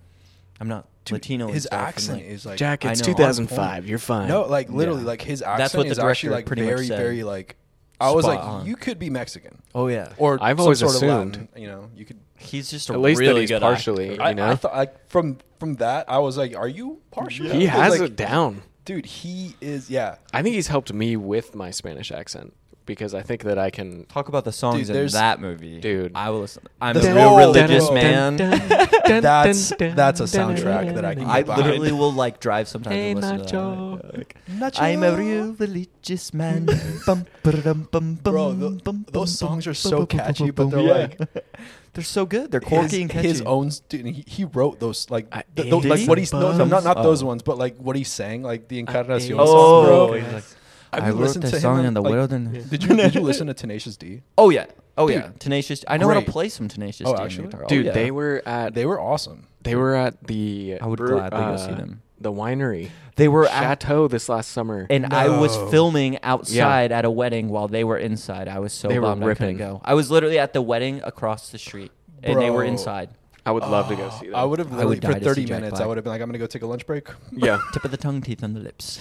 Speaker 5: I'm not
Speaker 4: Dude,
Speaker 5: Latino. and
Speaker 4: His
Speaker 5: stuff," and,
Speaker 4: accent
Speaker 5: like,
Speaker 4: is like
Speaker 3: Jack,
Speaker 5: I
Speaker 3: it's
Speaker 5: know, on
Speaker 3: 2005. You're fine.
Speaker 4: No, like literally,
Speaker 5: Yeah.
Speaker 4: like his accent
Speaker 5: That's what
Speaker 4: is
Speaker 5: the
Speaker 4: actually
Speaker 5: director
Speaker 4: like
Speaker 5: pretty much
Speaker 4: very,
Speaker 5: said.
Speaker 4: very like. I was
Speaker 5: Spot
Speaker 4: like,
Speaker 5: on.
Speaker 4: you could be Mexican
Speaker 5: Oh yeah,
Speaker 4: or
Speaker 3: I've
Speaker 4: some
Speaker 3: always
Speaker 4: sort
Speaker 3: assumed.
Speaker 4: of Latin. You know, you could.
Speaker 5: he's just a
Speaker 3: at least
Speaker 5: really
Speaker 3: that he's
Speaker 5: good
Speaker 3: partially.
Speaker 5: actor.
Speaker 3: You
Speaker 4: I,
Speaker 3: know,
Speaker 4: I thought like from from that, I was like, are you partial?
Speaker 3: he
Speaker 4: I
Speaker 3: has
Speaker 4: was like,
Speaker 3: it down.
Speaker 4: dude. He is, yeah.
Speaker 3: I think he's helped me with my Spanish accent because I think that I can.
Speaker 5: Talk about the songs
Speaker 4: Dude,
Speaker 5: in
Speaker 4: there's-
Speaker 5: that movie,
Speaker 3: Dude.
Speaker 5: I will. Listen. I'm
Speaker 4: The-
Speaker 5: a real
Speaker 4: Oh,
Speaker 5: religious
Speaker 4: dun,
Speaker 5: man.
Speaker 4: That's that's a soundtrack that I can.
Speaker 5: I
Speaker 4: get behind.
Speaker 5: literally will like drive sometimes and listen to that. Like, I'm a real religious man. [laughs] Bum, ba-da-dum, bum, bum,
Speaker 4: Bro, tho-
Speaker 5: bum,
Speaker 4: those
Speaker 5: bum,
Speaker 4: songs are
Speaker 5: bum,
Speaker 4: so
Speaker 5: bum, bum,
Speaker 4: catchy,
Speaker 5: bum,
Speaker 4: but they're
Speaker 5: bum.
Speaker 4: like-
Speaker 5: Yeah. [laughs] they're so good. They're
Speaker 4: his,
Speaker 5: quirky and catchy.
Speaker 4: his own dude, he, he wrote those like
Speaker 3: I-
Speaker 4: th- those,
Speaker 5: did
Speaker 4: like
Speaker 5: he?
Speaker 4: what he's no, no, not not those
Speaker 5: Oh.
Speaker 4: ones but like what he sang like the Encarnacion
Speaker 5: Oh,
Speaker 4: songs, bro.
Speaker 5: he's like,
Speaker 4: I've
Speaker 5: I
Speaker 4: been
Speaker 5: wrote
Speaker 4: listening
Speaker 5: this
Speaker 4: to him
Speaker 5: song
Speaker 4: on,
Speaker 5: in the
Speaker 4: like-
Speaker 5: wilderness.
Speaker 4: [laughs] Did you
Speaker 5: [laughs]
Speaker 4: did you listen to Tenacious D?
Speaker 5: Oh yeah. Oh
Speaker 4: Dude,
Speaker 5: yeah. Tenacious. I know how to
Speaker 4: great.
Speaker 5: play some Tenacious.
Speaker 4: Oh,
Speaker 5: D on
Speaker 4: actually?
Speaker 5: guitar. Oh,
Speaker 3: Dude,
Speaker 5: yeah.
Speaker 3: they were at
Speaker 4: They were awesome.
Speaker 3: they were at the.
Speaker 5: I would
Speaker 3: brew-
Speaker 5: gladly go see
Speaker 3: uh,
Speaker 5: them.
Speaker 3: The winery.
Speaker 5: They were at
Speaker 3: Chateau this last summer.
Speaker 5: and I was
Speaker 4: No.
Speaker 5: filming outside at a wedding while they were inside. I was so
Speaker 3: They were
Speaker 5: bummed I couldn't
Speaker 3: ripping.
Speaker 5: go. I was literally at the wedding across the street, and they were
Speaker 4: Bro.
Speaker 5: inside.
Speaker 3: I would love to go see that.
Speaker 4: Oh, Ah, I would have
Speaker 5: I
Speaker 4: literally
Speaker 5: would die
Speaker 4: for
Speaker 5: to see
Speaker 4: 30
Speaker 5: Jack
Speaker 4: minutes.
Speaker 5: Black.
Speaker 4: I would have been like, I'm gonna go take a lunch break. [laughs]
Speaker 3: Yeah.
Speaker 5: Tip of the tongue, teeth on the lips.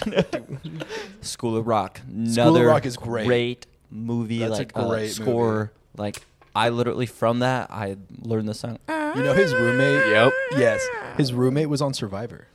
Speaker 5: School of Rock. Another
Speaker 4: Rock is great.
Speaker 5: Great movie.
Speaker 4: That's a
Speaker 5: like uh,
Speaker 4: great
Speaker 5: score.
Speaker 4: movie.
Speaker 5: Like I literally from that I learned the song.
Speaker 4: You know his roommate.
Speaker 3: [laughs] Yep.
Speaker 4: Yes, his roommate was on Survivor.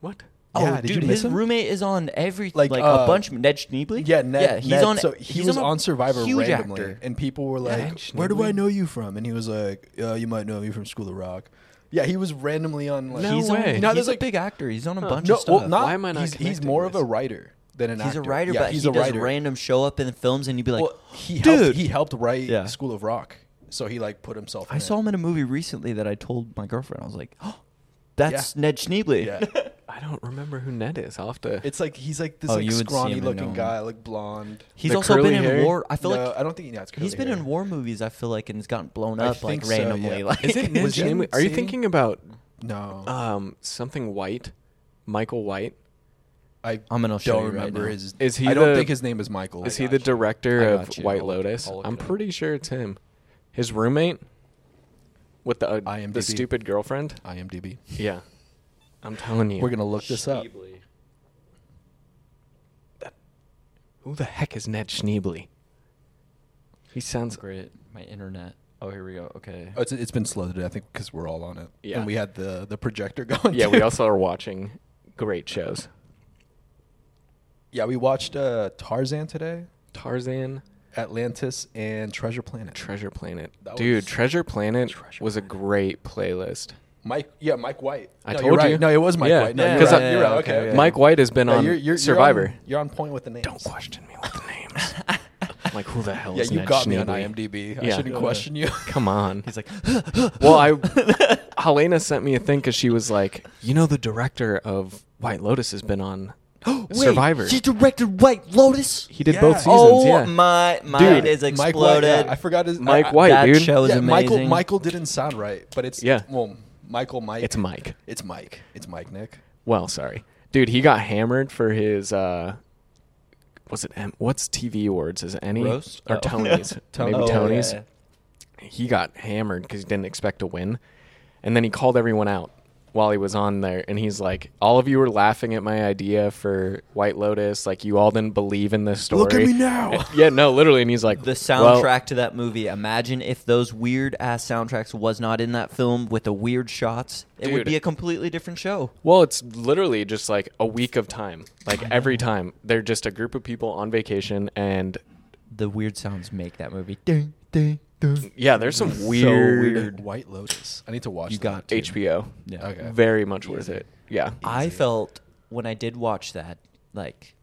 Speaker 3: What?
Speaker 5: Oh,
Speaker 4: Yeah, did you
Speaker 5: dude,
Speaker 4: miss
Speaker 5: his
Speaker 4: him?
Speaker 5: roommate is on every like,
Speaker 4: Like,
Speaker 5: a
Speaker 4: uh,
Speaker 5: bunch. Ned Schneebly.
Speaker 4: Yeah, Ned,
Speaker 5: yeah, he's
Speaker 4: Ned-
Speaker 5: on.
Speaker 4: So he
Speaker 5: he's
Speaker 4: was
Speaker 5: a
Speaker 4: on Survivor
Speaker 5: huge
Speaker 4: randomly,
Speaker 5: actor.
Speaker 4: and people were
Speaker 5: Yeah,
Speaker 4: like,
Speaker 5: Schneebly.
Speaker 4: "Where do I know you from?" And he was like, uh, "You might know me from School of Rock." Yeah, he was randomly on. Like,
Speaker 3: No
Speaker 5: he's
Speaker 3: way.
Speaker 5: on.
Speaker 4: No,
Speaker 5: he's
Speaker 4: there's
Speaker 5: a
Speaker 4: like-
Speaker 5: big actor. He's on a
Speaker 3: Huh.
Speaker 5: bunch
Speaker 4: no,
Speaker 5: of stuff.
Speaker 4: well, not.
Speaker 3: Why am I not
Speaker 4: he's, he's
Speaker 3: connecting
Speaker 4: more
Speaker 3: this?
Speaker 4: of a writer than an
Speaker 5: he's
Speaker 4: actor.
Speaker 5: a writer,
Speaker 4: yeah,
Speaker 5: but
Speaker 4: he's
Speaker 5: he
Speaker 4: a
Speaker 5: does
Speaker 4: writer.
Speaker 5: random show up in the films, and you'd be like,
Speaker 4: Well, he helped,
Speaker 5: dude.
Speaker 4: he helped write
Speaker 5: Yeah.
Speaker 4: School of Rock, so he like put himself.
Speaker 5: I
Speaker 4: in
Speaker 5: saw
Speaker 4: it.
Speaker 5: him in a movie recently that I told my girlfriend. I was like, [gasps] oh, that's
Speaker 4: Yeah.
Speaker 5: Ned Schneebly. [laughs]
Speaker 4: Yeah,
Speaker 3: I don't remember who Ned is. I'll have to.
Speaker 4: it's like he's like this
Speaker 5: Oh,
Speaker 4: like
Speaker 5: you would see him
Speaker 4: scrawny
Speaker 5: and know
Speaker 4: looking
Speaker 5: him.
Speaker 4: guy, like blonde.
Speaker 5: He's
Speaker 3: The
Speaker 5: also been
Speaker 3: curly
Speaker 5: in
Speaker 3: hair?
Speaker 5: war. I feel
Speaker 4: No,
Speaker 5: like
Speaker 4: I don't think yeah, it's curly
Speaker 5: he's been
Speaker 4: hair.
Speaker 5: in war movies. I feel like and he's gotten blown
Speaker 4: I
Speaker 5: up like
Speaker 4: think so,
Speaker 5: randomly.
Speaker 4: yeah.
Speaker 3: [laughs]
Speaker 5: Like
Speaker 3: is it Ned
Speaker 4: Was that
Speaker 3: Schneebly? Are you
Speaker 4: insane?
Speaker 3: thinking about
Speaker 4: No,
Speaker 3: um something White? Michael White.
Speaker 4: I
Speaker 5: [laughs] I'm gonna show
Speaker 4: don't
Speaker 5: you right
Speaker 4: remember
Speaker 5: now.
Speaker 4: [laughs] his.
Speaker 3: Is he
Speaker 4: I don't
Speaker 3: the-
Speaker 4: think his name is Michael.
Speaker 3: Is he the director
Speaker 5: I
Speaker 3: of
Speaker 5: got you.
Speaker 3: White
Speaker 5: I'll look-
Speaker 3: Lotus?
Speaker 5: I'll look
Speaker 3: I'm
Speaker 5: it up.
Speaker 3: pretty sure it's him. His roommate with the uh,
Speaker 4: IMDb.
Speaker 3: the stupid girlfriend.
Speaker 4: IMDb?
Speaker 3: Yeah, I'm telling you.
Speaker 4: We're gonna look this up.
Speaker 3: Schneebly. That- Who the heck is Ned Schneebly? He sounds
Speaker 5: great. My internet. Oh, here we go. Okay.
Speaker 4: Oh, it's, it's been slow today, I think, because we're all on it.
Speaker 3: Yeah.
Speaker 4: And we had the the projector [laughs] going.
Speaker 3: Yeah, we [laughs]
Speaker 4: too.
Speaker 3: also are watching great shows.
Speaker 4: Yeah, we watched uh, Tarzan today,
Speaker 3: Tarzan,
Speaker 4: Atlantis, and Treasure Planet.
Speaker 3: Treasure Planet.
Speaker 4: That
Speaker 3: Dude,
Speaker 4: was-
Speaker 3: Treasure Planet
Speaker 4: Treasure
Speaker 3: was a
Speaker 4: Planet.
Speaker 3: great playlist.
Speaker 4: Mike, yeah, Mike White.
Speaker 3: I
Speaker 4: no,
Speaker 3: told
Speaker 4: you're right.
Speaker 3: you.
Speaker 4: No, it was Mike
Speaker 3: Yeah.
Speaker 4: White. No,
Speaker 5: Yeah,
Speaker 4: you're,
Speaker 3: yeah,
Speaker 4: right.
Speaker 5: yeah,
Speaker 4: you're right.
Speaker 5: yeah,
Speaker 4: Okay,
Speaker 5: okay, yeah.
Speaker 3: Mike White has been
Speaker 4: Yeah,
Speaker 3: on
Speaker 4: you're- you're-
Speaker 3: Survivor.
Speaker 4: You're on, you're on point with the names.
Speaker 3: Don't question me with the names. like who the hell
Speaker 4: Yeah,
Speaker 3: is
Speaker 4: you
Speaker 3: Ned
Speaker 4: got me on
Speaker 3: Schneebly?
Speaker 4: IMDb. I
Speaker 3: Yeah.
Speaker 4: shouldn't question
Speaker 3: [laughs]
Speaker 4: you.
Speaker 3: Come on.
Speaker 5: He's like, [gasps]
Speaker 3: well, I Helena sent me a thing because she was like, you know, the director of White Lotus has been on Survivor.
Speaker 5: She directed White Lotus.
Speaker 3: He did
Speaker 4: Yeah.
Speaker 3: both seasons.
Speaker 5: oh
Speaker 3: yeah.
Speaker 5: my! Mine
Speaker 3: Dude,
Speaker 5: is
Speaker 4: Mike White.
Speaker 5: exploded. Uh,
Speaker 4: Yeah, I forgot his
Speaker 3: Mike
Speaker 4: I- I-
Speaker 3: White,
Speaker 5: that
Speaker 3: dude.
Speaker 5: show is
Speaker 4: yeah,
Speaker 5: amazing.
Speaker 4: Michael Michael didn't sound right, but it's
Speaker 3: Yeah.
Speaker 4: Well, Michael Mike.
Speaker 3: It's Mike.
Speaker 4: It's Mike. It's Mike Nick.
Speaker 3: Well, sorry, dude. He got hammered for his. uh was it M- what's TV awards? Is it any
Speaker 5: Roast?
Speaker 3: or
Speaker 5: Oh. [laughs]
Speaker 3: Tony's?
Speaker 4: Tony-
Speaker 3: Maybe
Speaker 4: Oh, yeah,
Speaker 3: Tony's.
Speaker 5: yeah.
Speaker 3: He got hammered because he didn't expect to win, and then he called everyone out while he was on there, and he's like, "All of you were laughing at my idea for White Lotus. Like you all didn't believe in this story.
Speaker 4: Look at me now.
Speaker 3: [laughs] yeah, no, literally." And he's like,
Speaker 5: The
Speaker 3: "Well,
Speaker 5: soundtrack to that movie. Imagine if those weird ass soundtracks was not in that film with the weird shots. It would
Speaker 3: Dude.
Speaker 5: be a completely different show.
Speaker 3: Well, it's literally just like a week of time. Like every time, they're just a group of people on vacation, and
Speaker 5: The weird sounds make that movie. Ding, ding, ding.
Speaker 3: yeah, there's some [laughs] weird,
Speaker 4: Weird. White Lotus. I need to watch.
Speaker 5: You
Speaker 4: that,
Speaker 5: got
Speaker 4: too.
Speaker 3: HBO.
Speaker 5: Yeah.
Speaker 4: Okay.
Speaker 3: Very much worth it. Yeah.
Speaker 5: I felt when I did watch that, like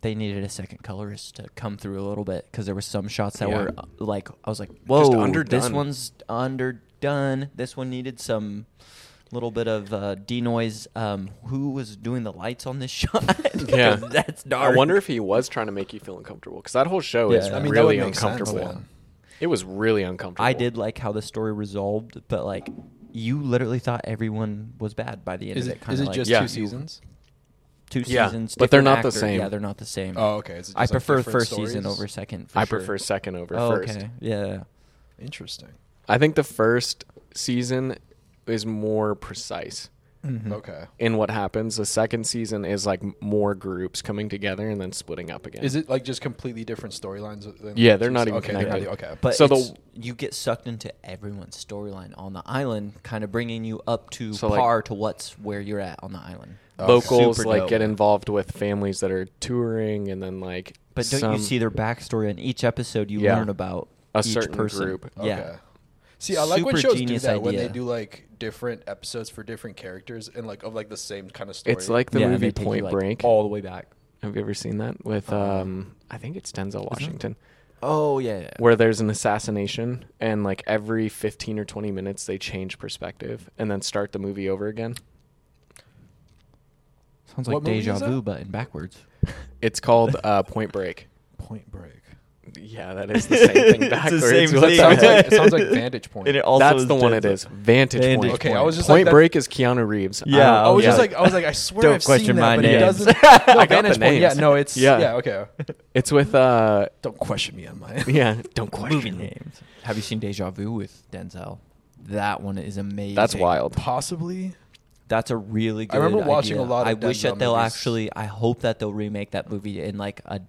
Speaker 5: they needed a second colorist to come through a little bit because there were some shots that
Speaker 3: Yeah.
Speaker 5: were uh, like I was like, whoa, this
Speaker 3: underdone.
Speaker 5: one's underdone. This one needed some little bit of uh, denoise. Um, who was doing the lights on this [laughs] shot?
Speaker 3: [laughs]
Speaker 5: 'Cause
Speaker 3: Yeah.
Speaker 5: [laughs] that's dark.
Speaker 3: I wonder if he was trying to make you feel uncomfortable because that whole show is
Speaker 5: Yeah. I
Speaker 4: mean, that
Speaker 3: really
Speaker 4: would make sense,
Speaker 3: uncomfortable.
Speaker 4: then.
Speaker 3: it was really uncomfortable.
Speaker 5: I did like how the story resolved, but like you literally thought everyone was bad by the end
Speaker 4: Is
Speaker 5: of
Speaker 4: it,
Speaker 5: it. Kind
Speaker 4: is
Speaker 5: of
Speaker 4: it
Speaker 5: like
Speaker 4: just
Speaker 3: Yeah.
Speaker 4: two seasons?
Speaker 5: two
Speaker 3: Yeah,
Speaker 5: seasons,
Speaker 3: but they're
Speaker 5: different
Speaker 3: not the
Speaker 5: actor.
Speaker 3: same.
Speaker 5: Yeah, they're not the same.
Speaker 4: Oh, okay. Is it just
Speaker 5: I
Speaker 4: like
Speaker 5: prefer
Speaker 4: different
Speaker 5: first season
Speaker 4: stories?
Speaker 5: over second. For
Speaker 3: I
Speaker 5: sure.
Speaker 3: prefer second over
Speaker 5: Oh,
Speaker 3: first.
Speaker 5: okay. Yeah.
Speaker 4: Interesting.
Speaker 3: I think the first season is more precise Mm-hmm.
Speaker 5: Mm-hmm.
Speaker 4: Okay.
Speaker 3: in what happens. The second season is like m- more groups coming together and then splitting up again.
Speaker 4: Is it like just completely different storylines? than-
Speaker 3: Yeah, they're not even
Speaker 4: okay, they're not
Speaker 3: connected.
Speaker 4: even- okay.
Speaker 5: But
Speaker 3: So the-
Speaker 5: it's- you get sucked into everyone's storyline on the island, kind of bringing you up to
Speaker 3: So, like-
Speaker 5: par to what's where you're at on the island.
Speaker 4: Oh,
Speaker 3: locals
Speaker 5: Super
Speaker 3: like
Speaker 5: dope.
Speaker 3: get involved with families that are touring and then like
Speaker 5: But don't you
Speaker 3: some-
Speaker 5: see their backstory in each episode? You
Speaker 3: Yeah.
Speaker 5: learn about
Speaker 3: A
Speaker 5: each
Speaker 3: certain
Speaker 5: person.
Speaker 3: group.
Speaker 5: Yeah.
Speaker 4: Okay. See, I like when
Speaker 5: Super
Speaker 4: shows do
Speaker 5: genius
Speaker 4: that when they
Speaker 5: idea.
Speaker 4: do like different episodes for different characters and like of like the same kind of story.
Speaker 3: it's like the
Speaker 5: Yeah,
Speaker 3: movie
Speaker 5: they take you,
Speaker 3: Point
Speaker 5: like, Uh,
Speaker 3: Break
Speaker 4: Oh.
Speaker 5: all the way back.
Speaker 3: have you ever seen that with um I think it's Denzel Washington
Speaker 5: Oh yeah. yeah.
Speaker 3: where there's an assassination and like every 15 or 20 minutes they change perspective and then start the movie over again
Speaker 5: Sounds
Speaker 4: What
Speaker 5: like
Speaker 4: movie
Speaker 5: deja
Speaker 4: is that?
Speaker 5: vu, but in backwards.
Speaker 3: it's called uh, Point Break
Speaker 4: Point Break.
Speaker 3: yeah that is the
Speaker 5: [laughs]
Speaker 3: same thing backwards
Speaker 5: same
Speaker 3: What
Speaker 5: thing.
Speaker 3: the
Speaker 4: Sounds
Speaker 3: heck?
Speaker 5: [laughs]
Speaker 4: like, it sounds
Speaker 3: [laughs]
Speaker 4: like Vantage Point.
Speaker 5: also
Speaker 3: that's the one it is vantage,
Speaker 5: Vantage
Speaker 3: point
Speaker 4: okay, I
Speaker 5: Point.
Speaker 4: was just
Speaker 3: Point
Speaker 4: like, that-
Speaker 3: Break is Keanu Reeves I
Speaker 5: Yeah,
Speaker 3: don't-
Speaker 4: I was just
Speaker 3: yeah.
Speaker 4: like, oh. I was like, I swear
Speaker 5: Don't
Speaker 4: I've seen
Speaker 5: question
Speaker 4: that,
Speaker 5: my
Speaker 4: but it
Speaker 5: names. [laughs]
Speaker 4: doesn't. No,
Speaker 3: got the
Speaker 4: Vantage Point. Yeah,
Speaker 3: names.
Speaker 4: no, it's
Speaker 3: Yeah.
Speaker 4: yeah. okay.
Speaker 3: it's with uh
Speaker 4: Don't question me on my. [laughs]
Speaker 3: yeah don't question
Speaker 5: Movie
Speaker 3: me.
Speaker 5: names. Have you seen Deja Vu with Denzel? That one is amazing.
Speaker 3: that's wild
Speaker 4: Possibly.
Speaker 5: That's a really good.
Speaker 4: I remember watching
Speaker 5: idea.
Speaker 4: a lot of
Speaker 5: I wish
Speaker 4: Denzel
Speaker 5: that they'll
Speaker 4: movies.
Speaker 5: actually. I hope that they'll remake that movie in like a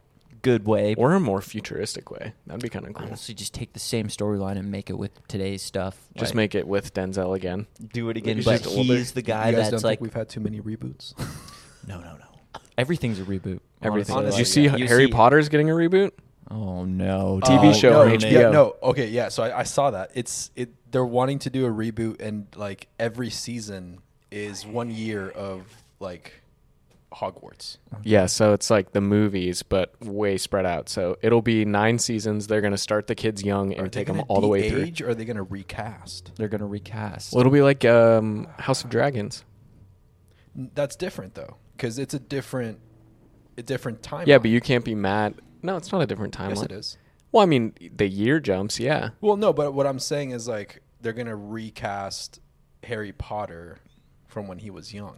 Speaker 5: good way.
Speaker 3: or a more futuristic way. That'd be kind of cool.
Speaker 5: honestly, just take the same storyline and make it with today's stuff.
Speaker 3: Just
Speaker 5: Like,
Speaker 3: make it with Denzel again.
Speaker 5: do it again.
Speaker 4: It's
Speaker 5: But
Speaker 4: just older.
Speaker 5: he's the guy
Speaker 4: you guys don't
Speaker 5: that's like
Speaker 4: Think we've had too many [laughs] reboots.
Speaker 5: no, no, no. Everything's a reboot.
Speaker 3: Everything.
Speaker 5: Honestly,
Speaker 3: Did you see
Speaker 5: like,
Speaker 3: Harry
Speaker 5: see-
Speaker 3: Potter's getting a reboot?
Speaker 5: Oh no!
Speaker 3: TV
Speaker 5: Oh,
Speaker 3: show
Speaker 4: no,
Speaker 5: no,
Speaker 3: on
Speaker 5: man.
Speaker 4: Yeah,
Speaker 3: HBO.
Speaker 4: no, okay, yeah. So I, I saw that. It's it. They're wanting to do a reboot, and like every season is one year of like Hogwarts.
Speaker 3: Yeah, so it's like the movies, but way spread out. So it'll be nine seasons. They're gonna start the kids young and take them all the way through.
Speaker 4: Age, or are they going to recast?
Speaker 5: They're gonna recast.
Speaker 3: Well, it'll be like um, House of Dragons.
Speaker 4: N- That's different though, because it's a different, a different time.
Speaker 3: Yeah, but you can't be mad. No, it's not a different timeline.
Speaker 4: Yes, it is.
Speaker 3: Well, I mean, the year jumps. Yeah,
Speaker 4: Well, no, but what I'm saying is like they're going to recast Harry Potter from when he was young.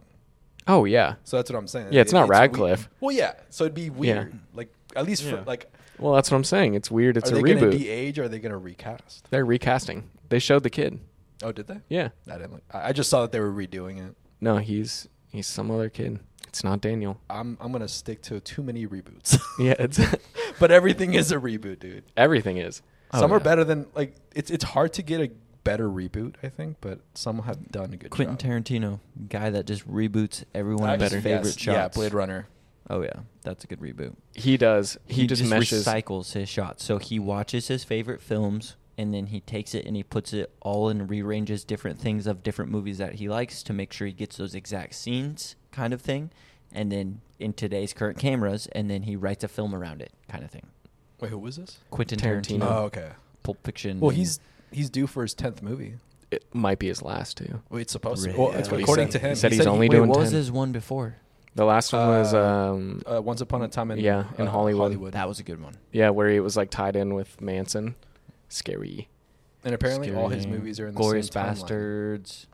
Speaker 3: Oh yeah.
Speaker 4: So that's what I'm saying.
Speaker 3: Yeah, it's not
Speaker 4: weird.
Speaker 3: Radcliffe.
Speaker 4: Well, yeah. So it'd be weird. Like at least for like,
Speaker 3: Well, that's what I'm saying. It's weird. It's
Speaker 4: are
Speaker 3: a
Speaker 4: they going to
Speaker 3: reboot.
Speaker 4: de-age? Or are they going to recast?
Speaker 3: They're recasting. They showed the kid.
Speaker 4: Oh, did they?
Speaker 3: Yeah.
Speaker 4: I didn't. Like, I I just saw that they were redoing it.
Speaker 3: No, he's he's some other kid. It's not Daniel.
Speaker 4: I'm I'm gonna stick to too many reboots.
Speaker 3: [laughs] Yeah, it's
Speaker 4: [laughs] but everything is a reboot, dude.
Speaker 3: everything is.
Speaker 5: Oh,
Speaker 4: some are
Speaker 5: yeah.
Speaker 4: better than like it's it's hard to get a better reboot, I think, but some have done a good
Speaker 5: Quentin
Speaker 4: job.
Speaker 5: Tarantino, guy that just reboots everyone of his
Speaker 4: Yes,
Speaker 5: favorite shots.
Speaker 4: Yeah, Blade Runner.
Speaker 5: Oh yeah, that's a good reboot.
Speaker 3: He does. He, just, meshes.
Speaker 5: recycles his shots. So he watches his favorite films and then he takes it and he puts it all and rearranges different things of different movies that he likes to make sure he gets those exact scenes kind of thing. And then in today's current cameras, and then he writes a film around it kind of thing.
Speaker 4: Wait, who was this?
Speaker 5: Quentin
Speaker 3: Tarantino.
Speaker 5: Tarantino,
Speaker 4: Oh, okay.
Speaker 5: Pulp Fiction.
Speaker 4: Well,
Speaker 5: and-
Speaker 4: he's he's due for his tenth movie.
Speaker 3: It might be his last too.
Speaker 4: Well, it's supposed
Speaker 5: Really?
Speaker 4: to. Well,
Speaker 5: Yeah,
Speaker 4: it's
Speaker 5: that's what he
Speaker 4: according
Speaker 3: said.
Speaker 4: to him.
Speaker 3: He said he's only
Speaker 5: wait.
Speaker 3: doing
Speaker 5: What was
Speaker 3: 10.
Speaker 5: his one before?
Speaker 3: The last one was
Speaker 4: Uh,
Speaker 3: um
Speaker 4: uh, Once Upon a Time in
Speaker 3: Yeah, in
Speaker 4: uh,
Speaker 3: Hollywood.
Speaker 5: That was a good one.
Speaker 3: yeah where he was like tied in with Manson. Scary.
Speaker 4: And apparently, all his
Speaker 5: Scary.
Speaker 4: movies are in the
Speaker 5: Glorious
Speaker 4: same timeline.
Speaker 5: Bastards.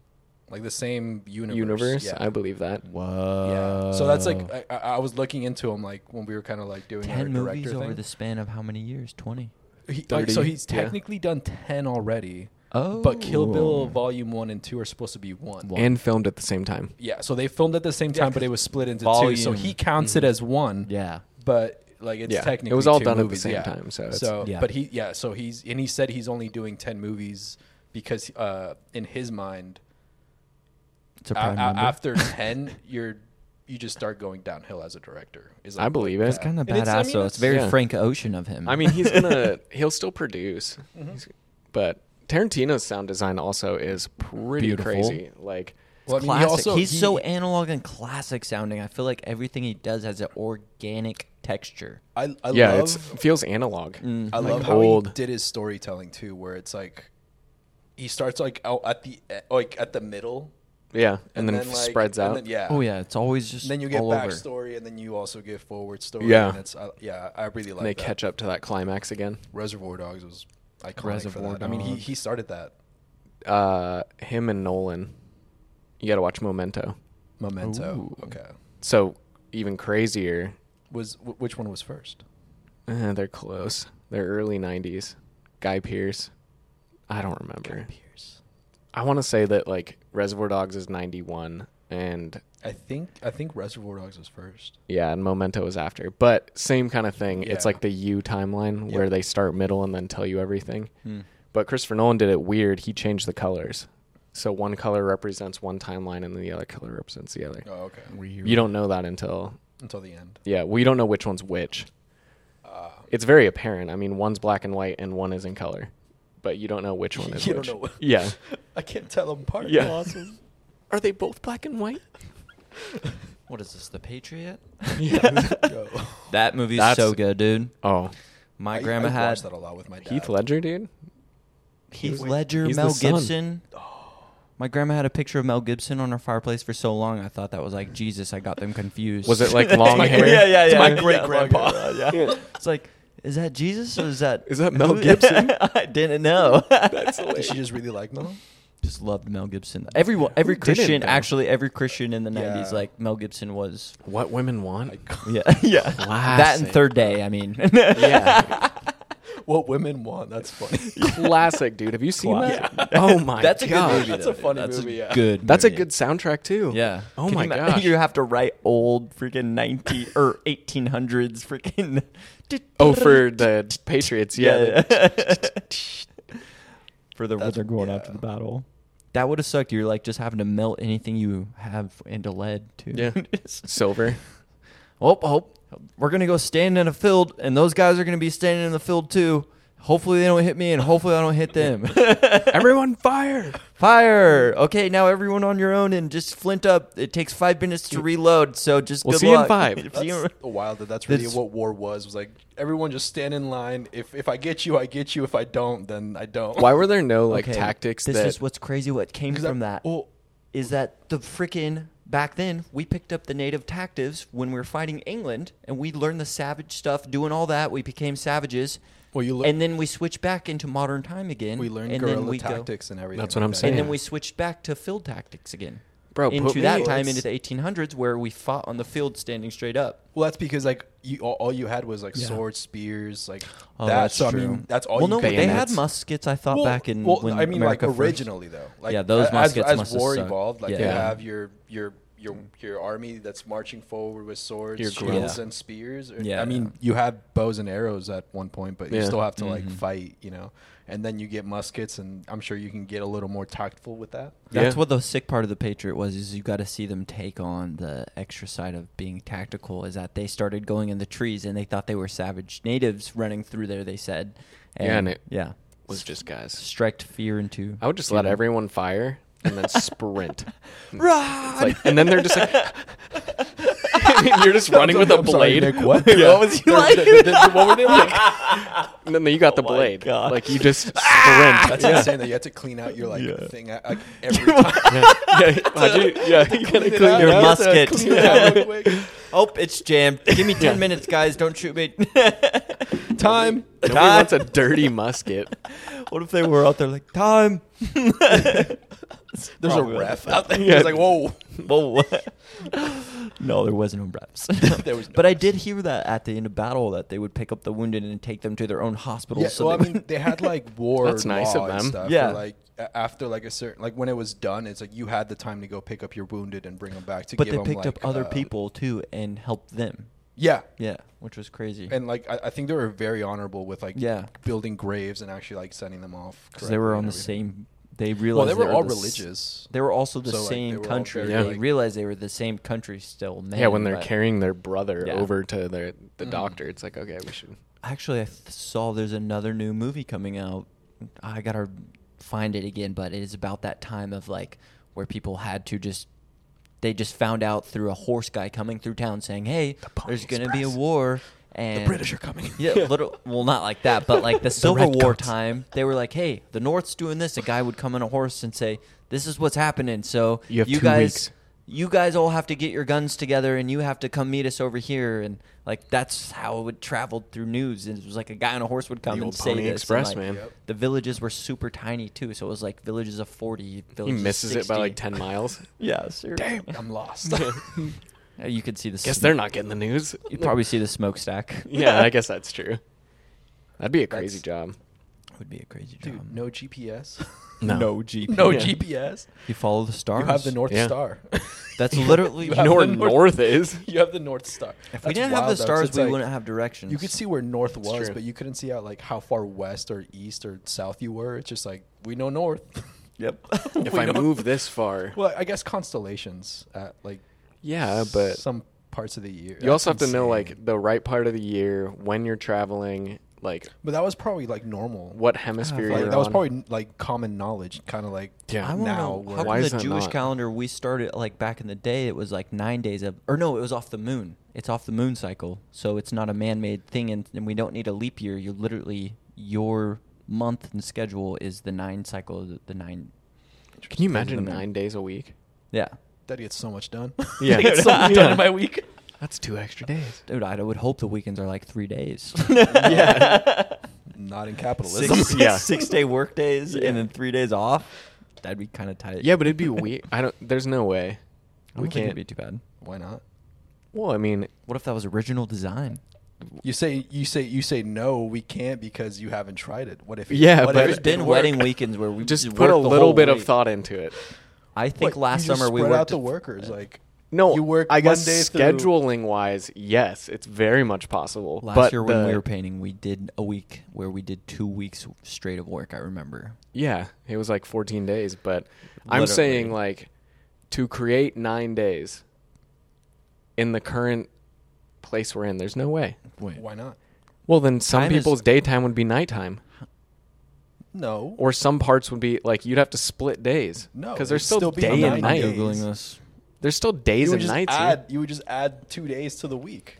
Speaker 4: like the same universe.
Speaker 3: universe.
Speaker 4: yeah.
Speaker 3: I believe that.
Speaker 5: Whoa.
Speaker 4: Yeah. So that's like I, I I was looking into him like when we were kind of like doing our
Speaker 5: ten movies
Speaker 4: director
Speaker 5: over
Speaker 4: thing.
Speaker 5: the span of how many years? Twenty.
Speaker 4: He- like, so
Speaker 3: 30,
Speaker 4: he's
Speaker 3: yeah.
Speaker 4: technically done ten already.
Speaker 5: Oh.
Speaker 4: But Kill Bill Volume One and Two are supposed to be one.
Speaker 3: And filmed at the same time.
Speaker 4: Yeah, so they filmed at the same time, but it was split into two. So
Speaker 5: volume-
Speaker 4: he counts
Speaker 3: Mm-hmm.
Speaker 4: it as one.
Speaker 5: Yeah.
Speaker 4: but like it's
Speaker 3: Yeah, it
Speaker 4: technically
Speaker 3: was all
Speaker 4: two
Speaker 3: done at the
Speaker 4: movies,
Speaker 3: same
Speaker 4: yeah.
Speaker 3: time, so it's-
Speaker 4: so
Speaker 5: Yeah.
Speaker 4: but he yeah, so he's and he said he's only doing ten movies because uh, in his mind
Speaker 5: It's a
Speaker 4: a-
Speaker 5: prime
Speaker 4: a-
Speaker 5: number. [laughs]
Speaker 4: after ten you're you just start going downhill as a director. Is
Speaker 3: I believe it.
Speaker 5: it's kind of
Speaker 4: And it's- I
Speaker 5: badass
Speaker 4: mean,
Speaker 5: though. It's very
Speaker 3: yeah.
Speaker 5: Frank Ocean of him.
Speaker 3: I mean,
Speaker 5: [laughs]
Speaker 3: he's gonna he'll still produce,
Speaker 4: Mm-hmm.
Speaker 3: He's- but Tarantino's sound design also is pretty
Speaker 5: Beautiful.
Speaker 3: crazy. Like,
Speaker 4: Well, I mean, he
Speaker 5: classic.
Speaker 4: also-
Speaker 5: he's
Speaker 4: he-
Speaker 5: so analog and classic sounding. I feel like everything he does has an organic texture.
Speaker 4: I, I
Speaker 3: yeah,
Speaker 4: love
Speaker 3: it's it feels analog.
Speaker 5: Mm.
Speaker 4: I
Speaker 3: like
Speaker 4: love how
Speaker 3: old-
Speaker 4: he did his storytelling too, where it's like he starts like out at the e, like at the middle
Speaker 3: Yeah, and, then,
Speaker 4: like,
Speaker 3: spreads
Speaker 4: and
Speaker 3: out.
Speaker 4: then- yeah.
Speaker 5: Oh yeah, it's always just
Speaker 4: And then you get
Speaker 5: all
Speaker 4: backstory,
Speaker 5: over.
Speaker 4: and then you also get forward story.
Speaker 3: Yeah.
Speaker 4: and it's, I yeah, I really like
Speaker 3: and they
Speaker 4: that.
Speaker 3: catch up to that climax again.
Speaker 4: Reservoir Dogs was iconic
Speaker 5: Reservoir
Speaker 4: for that. I mean, he
Speaker 5: Dogs.
Speaker 4: he started that
Speaker 3: Uh, him and Nolan. You got to watch Memento.
Speaker 4: Memento.
Speaker 5: Ooh.
Speaker 4: Okay,
Speaker 3: So even crazier.
Speaker 4: was wh- which one was first?
Speaker 3: Uh, they're close. They're early '90s. Guy Pearce. I don't remember.
Speaker 4: Pierce.
Speaker 3: I want to say that like Reservoir Dogs is '91 and
Speaker 4: I think I think Reservoir Dogs was first.
Speaker 3: Yeah, and Memento is after. But same kind of thing. It's
Speaker 4: Yeah.
Speaker 3: like the U timeline
Speaker 4: Yeah.
Speaker 3: where they start middle and then tell you everything.
Speaker 5: Hmm.
Speaker 3: But Christopher Nolan did it weird. He changed the colors. So one color represents one timeline and the other color represents the other.
Speaker 4: Oh, okay.
Speaker 3: You don't know that until
Speaker 4: Until the end. Ah.
Speaker 3: yeah, we don't know which one's which. it's very apparent. I mean, one's black and white and one is in color. But you don't know which one
Speaker 4: [laughs] [laughs]
Speaker 3: is
Speaker 4: You don't
Speaker 3: which.
Speaker 4: know what-
Speaker 3: Yeah.
Speaker 4: I can't tell them apart.
Speaker 3: Yeah. [laughs] Are they both black and white?
Speaker 5: What is this, The
Speaker 4: [laughs]
Speaker 5: Patriot?
Speaker 4: Yo.
Speaker 5: [laughs] That movie's
Speaker 3: That's-
Speaker 5: so good, dude.
Speaker 3: Oh.
Speaker 5: My
Speaker 4: I-
Speaker 5: grandma
Speaker 4: I
Speaker 5: had
Speaker 4: watched that a lot with my dad. [laughs]
Speaker 3: Heath Ledger, dude?
Speaker 5: Heath Ledger,
Speaker 3: he's the
Speaker 5: Mel
Speaker 3: son.
Speaker 5: Gibson. [gasps] My grandma had a picture of Mel Gibson on her fireplace for so long. I thought that was like Jesus. I got them confused.
Speaker 3: Was it
Speaker 5: [laughs]
Speaker 3: like long
Speaker 5: my-
Speaker 3: hair?
Speaker 5: Yeah, yeah, yeah.
Speaker 4: It's my
Speaker 5: yeah,
Speaker 4: great
Speaker 5: long
Speaker 4: grandpa.
Speaker 5: hair, uh, yeah. it's like, is that Jesus or is that
Speaker 3: Is that
Speaker 5: [laughs]
Speaker 3: Mel Gibson?
Speaker 5: I didn't know. [laughs]
Speaker 3: [laughs]
Speaker 4: Did she just really like Mel?
Speaker 5: Just loved Mel Gibson. Everyone, every
Speaker 3: didn't,
Speaker 5: Christian,
Speaker 3: though?
Speaker 5: actually, every Christian in the
Speaker 4: Yeah.
Speaker 5: '90s, like Mel Gibson was. [laughs]
Speaker 3: What women want? [laughs]
Speaker 5: Yeah, yeah. That and
Speaker 3: Classic.
Speaker 5: Third Day. I mean,
Speaker 3: [laughs] yeah.
Speaker 5: [laughs]
Speaker 4: What women want. That's funny.
Speaker 3: Classic, dude. Have you seen that? Oh my
Speaker 5: [laughs] that's a
Speaker 3: god.
Speaker 5: good movie.
Speaker 4: That's
Speaker 5: though,
Speaker 4: a
Speaker 5: dude.
Speaker 4: funny
Speaker 5: That's
Speaker 4: movie, yeah.
Speaker 5: Good.
Speaker 3: That's a
Speaker 5: movie.
Speaker 3: good soundtrack too.
Speaker 5: Yeah.
Speaker 3: Oh
Speaker 5: Can you
Speaker 3: my
Speaker 5: ima- [laughs]
Speaker 3: gosh.
Speaker 5: You have to write old freaking 19 or 1800s [laughs] freaking.
Speaker 3: [laughs] Oh, for
Speaker 5: [laughs]
Speaker 3: the Patriots, yeah.
Speaker 5: for the when they're going after the [laughs] battle. That would have sucked. You're like just having to melt anything you have into lead too. [laughs]
Speaker 3: Yeah.
Speaker 5: Just-
Speaker 3: Silver.
Speaker 5: oh, oh, we're gonna go stand in a field, and those guys are gonna be standing in the field too. Hopefully they don't hit me, and hopefully I don't hit [laughs] them.
Speaker 3: Everyone fire.
Speaker 5: Fire! Okay, now everyone on your own, and just flint up. It takes five minutes to reload, so just
Speaker 3: We'll
Speaker 5: good
Speaker 3: see you in
Speaker 5: luck. [laughs]
Speaker 3: five.
Speaker 5: If
Speaker 4: That's
Speaker 5: you-
Speaker 4: wild that that's really
Speaker 5: That's-
Speaker 4: what war was. Was like everyone just stand in line. If if I get you, I get you. If I don't, then I don't. [laughs]
Speaker 3: Why were there no like
Speaker 5: Okay,
Speaker 3: tactics
Speaker 5: This
Speaker 3: that
Speaker 5: is what's crazy. What came
Speaker 4: 'Cause I-
Speaker 5: from that
Speaker 4: Well,
Speaker 5: is that the freaking back then we picked up the native tactics when we were fighting England, and we learned the savage stuff, doing all that. We became savages.
Speaker 4: Well, you lear-
Speaker 5: and then we switched back into modern time again.
Speaker 4: we learned
Speaker 5: and then
Speaker 4: guerrilla
Speaker 5: we go-
Speaker 4: tactics and everything.
Speaker 3: That's what
Speaker 4: like
Speaker 3: I'm
Speaker 4: that.
Speaker 3: saying.
Speaker 5: and then
Speaker 3: Yeah.
Speaker 5: we switched back to field tactics again.
Speaker 3: Bro, put
Speaker 5: into
Speaker 3: me-
Speaker 5: that
Speaker 3: Well,
Speaker 5: time, into
Speaker 3: it's-
Speaker 5: the 1800s, where we fought on the field standing straight up.
Speaker 4: Well, that's because like you all, all you had was like
Speaker 5: Yeah.
Speaker 4: swords, spears, like
Speaker 5: Oh,
Speaker 4: that.
Speaker 5: that's
Speaker 4: So I
Speaker 5: true.
Speaker 4: mean, that's all.
Speaker 5: Well,
Speaker 4: you
Speaker 5: no,
Speaker 4: could
Speaker 5: they had
Speaker 3: Bayonets.
Speaker 5: muskets. I thought
Speaker 4: Well,
Speaker 5: back in
Speaker 4: well,
Speaker 5: when
Speaker 4: I mean,
Speaker 5: America
Speaker 4: like
Speaker 5: first-
Speaker 4: originally though. Like
Speaker 5: Yeah, those
Speaker 4: a-
Speaker 5: muskets
Speaker 4: as,
Speaker 5: must
Speaker 4: as
Speaker 5: have
Speaker 4: war
Speaker 5: sucked.
Speaker 4: evolved. Like you
Speaker 5: Yeah.
Speaker 4: have your your your your army that's marching forward with swords,
Speaker 3: Your
Speaker 4: shields,
Speaker 5: guerrilla.
Speaker 4: and spears. Or-
Speaker 5: Yeah,
Speaker 4: I mean, you have bows and arrows at one point, but you
Speaker 3: Yeah.
Speaker 4: still have to like
Speaker 5: Mm-hmm.
Speaker 4: fight. You know, and then you get muskets, and I'm sure you can get a little more tactful with that.
Speaker 5: That's
Speaker 3: Yeah.
Speaker 5: what the sick part of the Patriot was. Is you got to see them take on the extra side of being tactical. Is that they started going in the trees and they thought they were savage natives running through there. They said, and,
Speaker 3: Yeah, and it-
Speaker 5: yeah,
Speaker 3: was just guys.
Speaker 5: striked fear into.
Speaker 3: I would just let
Speaker 5: [laughs]
Speaker 3: everyone fire and then sprint.
Speaker 5: Run!
Speaker 3: It's like, and then they're just like [laughs] You're
Speaker 5: [laughs]
Speaker 3: just running with a
Speaker 4: I'm sorry,
Speaker 3: blade.
Speaker 4: Nick,
Speaker 3: [laughs]
Speaker 4: what?
Speaker 3: Yeah.
Speaker 5: was you like? [laughs]
Speaker 4: what were they like?
Speaker 3: [laughs] And then you got the
Speaker 5: Oh my
Speaker 3: blade.
Speaker 5: gosh. Ah!
Speaker 3: Like you just sprint.
Speaker 4: That's insane that you have to clean out your like thing I,
Speaker 3: [laughs]
Speaker 4: I, every [laughs]
Speaker 3: yeah, how'd you- yeah, you gotta [laughs] clean
Speaker 5: Your
Speaker 3: it up.
Speaker 5: musket.
Speaker 4: time.
Speaker 3: [laughs]
Speaker 5: Oh, it's jammed. Give me ten minutes, guys. Don't shoot me.
Speaker 4: time.
Speaker 3: Nobody wants a dirty musket.
Speaker 5: [laughs] What if they were out there like
Speaker 3: [laughs]
Speaker 5: time? [laughs]
Speaker 4: There's a
Speaker 5: Probably.
Speaker 4: ref out there.
Speaker 3: Yeah.
Speaker 4: He's like, whoa. [laughs]
Speaker 5: Well, what? [laughs] no, there wasn't no reps.
Speaker 4: There
Speaker 5: [laughs]
Speaker 4: was no
Speaker 5: but I
Speaker 4: reps.
Speaker 5: did hear that at the end of battle that they would pick up the wounded and take them to their own hospitals.
Speaker 4: Yeah,
Speaker 5: so
Speaker 4: well, I
Speaker 5: they
Speaker 4: mean, they had
Speaker 5: [laughs]
Speaker 4: like war
Speaker 3: That's nice
Speaker 4: law
Speaker 3: of
Speaker 4: and
Speaker 3: them.
Speaker 4: stuff.
Speaker 5: Yeah.
Speaker 4: Yeah, like a- after like a certain like when it was done, it's like you had the time to go pick up your wounded and bring them back to.
Speaker 5: but
Speaker 4: give
Speaker 5: they
Speaker 4: 'em,
Speaker 5: picked up
Speaker 4: like,
Speaker 5: other
Speaker 4: uh,
Speaker 5: people too and helped them.
Speaker 4: Yeah,
Speaker 5: Yeah, which was crazy.
Speaker 4: and like I, I think they were very honorable with like
Speaker 5: Yeah.
Speaker 4: building graves and actually like sending them off
Speaker 5: because they were
Speaker 4: correctly
Speaker 5: on
Speaker 4: and
Speaker 5: the
Speaker 4: everything.
Speaker 5: same. They
Speaker 4: Well,
Speaker 5: realized
Speaker 4: they were all
Speaker 5: the s-
Speaker 4: religious.
Speaker 5: They were also the
Speaker 4: So, like, they
Speaker 5: same
Speaker 4: were all
Speaker 5: country.
Speaker 4: very,
Speaker 5: They
Speaker 4: like-
Speaker 5: realized they were the same country still. Man,
Speaker 3: yeah, when they're
Speaker 5: but-
Speaker 3: carrying their brother
Speaker 5: Yeah. Mm.
Speaker 3: over to their the doctor, it's like okay, we should.
Speaker 5: Actually, I th- saw there's another new movie coming out. I gotta find it again, but it is about that time of like where people had to just they just found out through a horse guy coming through town saying, "Hey, there's gonna be a war." And
Speaker 4: British are coming.
Speaker 5: Yeah,
Speaker 4: Yeah.
Speaker 5: little- well, not like that, but
Speaker 4: [laughs]
Speaker 5: like the Civil
Speaker 4: Red
Speaker 5: War
Speaker 4: Coats.
Speaker 5: time, they were like, "Hey, the North's doing this." A guy would come on a horse and say, "This is what's happening." So
Speaker 3: You have two
Speaker 5: guys,
Speaker 3: weeks.
Speaker 5: you guys all have to get your guns together, and you have to come meet us over here. And like that's how it traveled through news. And it was like a guy on a horse would come
Speaker 3: The
Speaker 5: and
Speaker 3: old
Speaker 5: say
Speaker 3: Pony
Speaker 5: this. and,
Speaker 3: Express,
Speaker 5: like,
Speaker 3: man. Yep.
Speaker 5: The villages were super tiny too, so it was like villages of forty.
Speaker 3: He
Speaker 5: Villages
Speaker 3: misses it by
Speaker 5: 60.
Speaker 3: like ten miles.
Speaker 5: [laughs] Yeah, seriously.
Speaker 4: I'm lost. [laughs]
Speaker 5: Damn. [laughs] You could see the.
Speaker 3: Guess
Speaker 5: sm-
Speaker 3: they're not getting the news.
Speaker 5: You probably see the smokestack.
Speaker 3: [laughs] yeah, I guess that's true. That'd be a crazy
Speaker 4: That's-
Speaker 3: job.
Speaker 5: [laughs] would be a crazy job.
Speaker 4: Dude, no GPS.
Speaker 3: No.
Speaker 5: G.
Speaker 4: [laughs] no
Speaker 3: Yeah.
Speaker 4: GPS.
Speaker 5: You follow the stars.
Speaker 4: You have the North
Speaker 3: Yeah. [laughs]
Speaker 4: Star.
Speaker 5: That's
Speaker 4: [laughs]
Speaker 5: literally.
Speaker 4: You
Speaker 3: You
Speaker 4: have
Speaker 3: know where
Speaker 4: the
Speaker 3: north,
Speaker 4: North-
Speaker 3: is?
Speaker 4: [laughs] you have the North Star.
Speaker 5: If we didn't have the stars, we wouldn't have directions.
Speaker 4: You could see where north
Speaker 3: That's
Speaker 4: was,
Speaker 3: true.
Speaker 4: but you couldn't see out like how far west or east or south you were. It's just like we know north. [laughs]
Speaker 5: [laughs] Yep.
Speaker 3: If I move this
Speaker 5: [laughs]
Speaker 3: far,
Speaker 4: Well, I guess constellations at like
Speaker 3: yeah, but
Speaker 4: some parts of the year.
Speaker 3: you also have
Speaker 4: That's
Speaker 3: to know
Speaker 4: insane.
Speaker 3: like the right part of the year when you're traveling, like
Speaker 4: But that was probably like normal.
Speaker 3: what hemisphere
Speaker 4: Like,
Speaker 3: you're
Speaker 4: that was
Speaker 3: on.
Speaker 4: probably like common knowledge, kind of like
Speaker 3: Yeah.
Speaker 5: I
Speaker 3: I
Speaker 5: want to
Speaker 4: now.
Speaker 5: know
Speaker 4: where-
Speaker 5: how
Speaker 3: Why
Speaker 5: come
Speaker 3: is
Speaker 5: the
Speaker 3: that
Speaker 5: Jewish
Speaker 3: not-
Speaker 5: calendar we started like back in the day. It was like nine days of, or no, it was off the moon. It's off the moon cycle, so it's not a man-made thing, and, and we don't need a leap year. You literally your month and schedule is the nine cycle, of the, the nine.
Speaker 3: Can you
Speaker 5: days of the
Speaker 3: imagine
Speaker 5: moon.
Speaker 3: nine days a week?
Speaker 5: Yeah,
Speaker 4: that gets so much done.
Speaker 3: Yeah.
Speaker 5: [laughs]
Speaker 4: That gets so much
Speaker 3: Yeah.
Speaker 4: done in my week.
Speaker 3: That's two extra days.
Speaker 5: dude, I would hope the weekends are like three days.
Speaker 4: Yeah. [laughs] Not in capitalism. [laughs]
Speaker 5: six,
Speaker 3: Yeah.
Speaker 5: [laughs] six-day work days
Speaker 4: Yeah.
Speaker 5: and then three days off. That'd be kind of tight.
Speaker 3: Yeah, but it'd be weird. I don't. There's no way.
Speaker 5: I don't
Speaker 3: we
Speaker 5: think it'd
Speaker 3: can't.
Speaker 5: be too bad.
Speaker 4: Why not?
Speaker 3: well, I mean,
Speaker 5: What if that was original design?
Speaker 4: You say you say you say no, we can't because you haven't tried it. What if? it-
Speaker 3: Yeah,
Speaker 4: what
Speaker 3: but-
Speaker 4: if
Speaker 5: There's
Speaker 4: it
Speaker 5: been
Speaker 4: didn't work?
Speaker 5: wedding weekends where we
Speaker 3: just
Speaker 5: worked
Speaker 3: put a
Speaker 5: the whole
Speaker 3: little bit of
Speaker 5: week.
Speaker 3: thought into it.
Speaker 5: I think
Speaker 4: What,
Speaker 5: last
Speaker 4: you just
Speaker 5: summer we
Speaker 4: spread
Speaker 5: worked Uh,
Speaker 4: out the
Speaker 5: a-
Speaker 4: workers like
Speaker 3: No,
Speaker 4: you work
Speaker 3: I guess
Speaker 4: Monday through-
Speaker 3: scheduling wise, yes, it's very much possible.
Speaker 5: Last
Speaker 3: but
Speaker 5: year when we
Speaker 3: the-
Speaker 5: were painting, we did a week where we did two weeks straight of work. I remember.
Speaker 3: Yeah, it was like 14 days, but I'm
Speaker 5: Literally.
Speaker 3: saying like to create 9 days in the current place we're in, there's no way.
Speaker 5: Wait,
Speaker 4: Why not?
Speaker 3: Well, then some
Speaker 5: Time is-
Speaker 3: people's daytime would be nighttime
Speaker 4: No.
Speaker 3: or some parts would be like you'd have to split days.
Speaker 4: No,
Speaker 3: cuz there's
Speaker 4: it'd still
Speaker 3: still,
Speaker 4: be
Speaker 3: day
Speaker 4: nine
Speaker 3: and night.
Speaker 4: days.
Speaker 5: googling this.
Speaker 3: There's still days
Speaker 4: you would
Speaker 3: and
Speaker 4: just
Speaker 3: nights. here.
Speaker 4: add. You would just add two days to the week.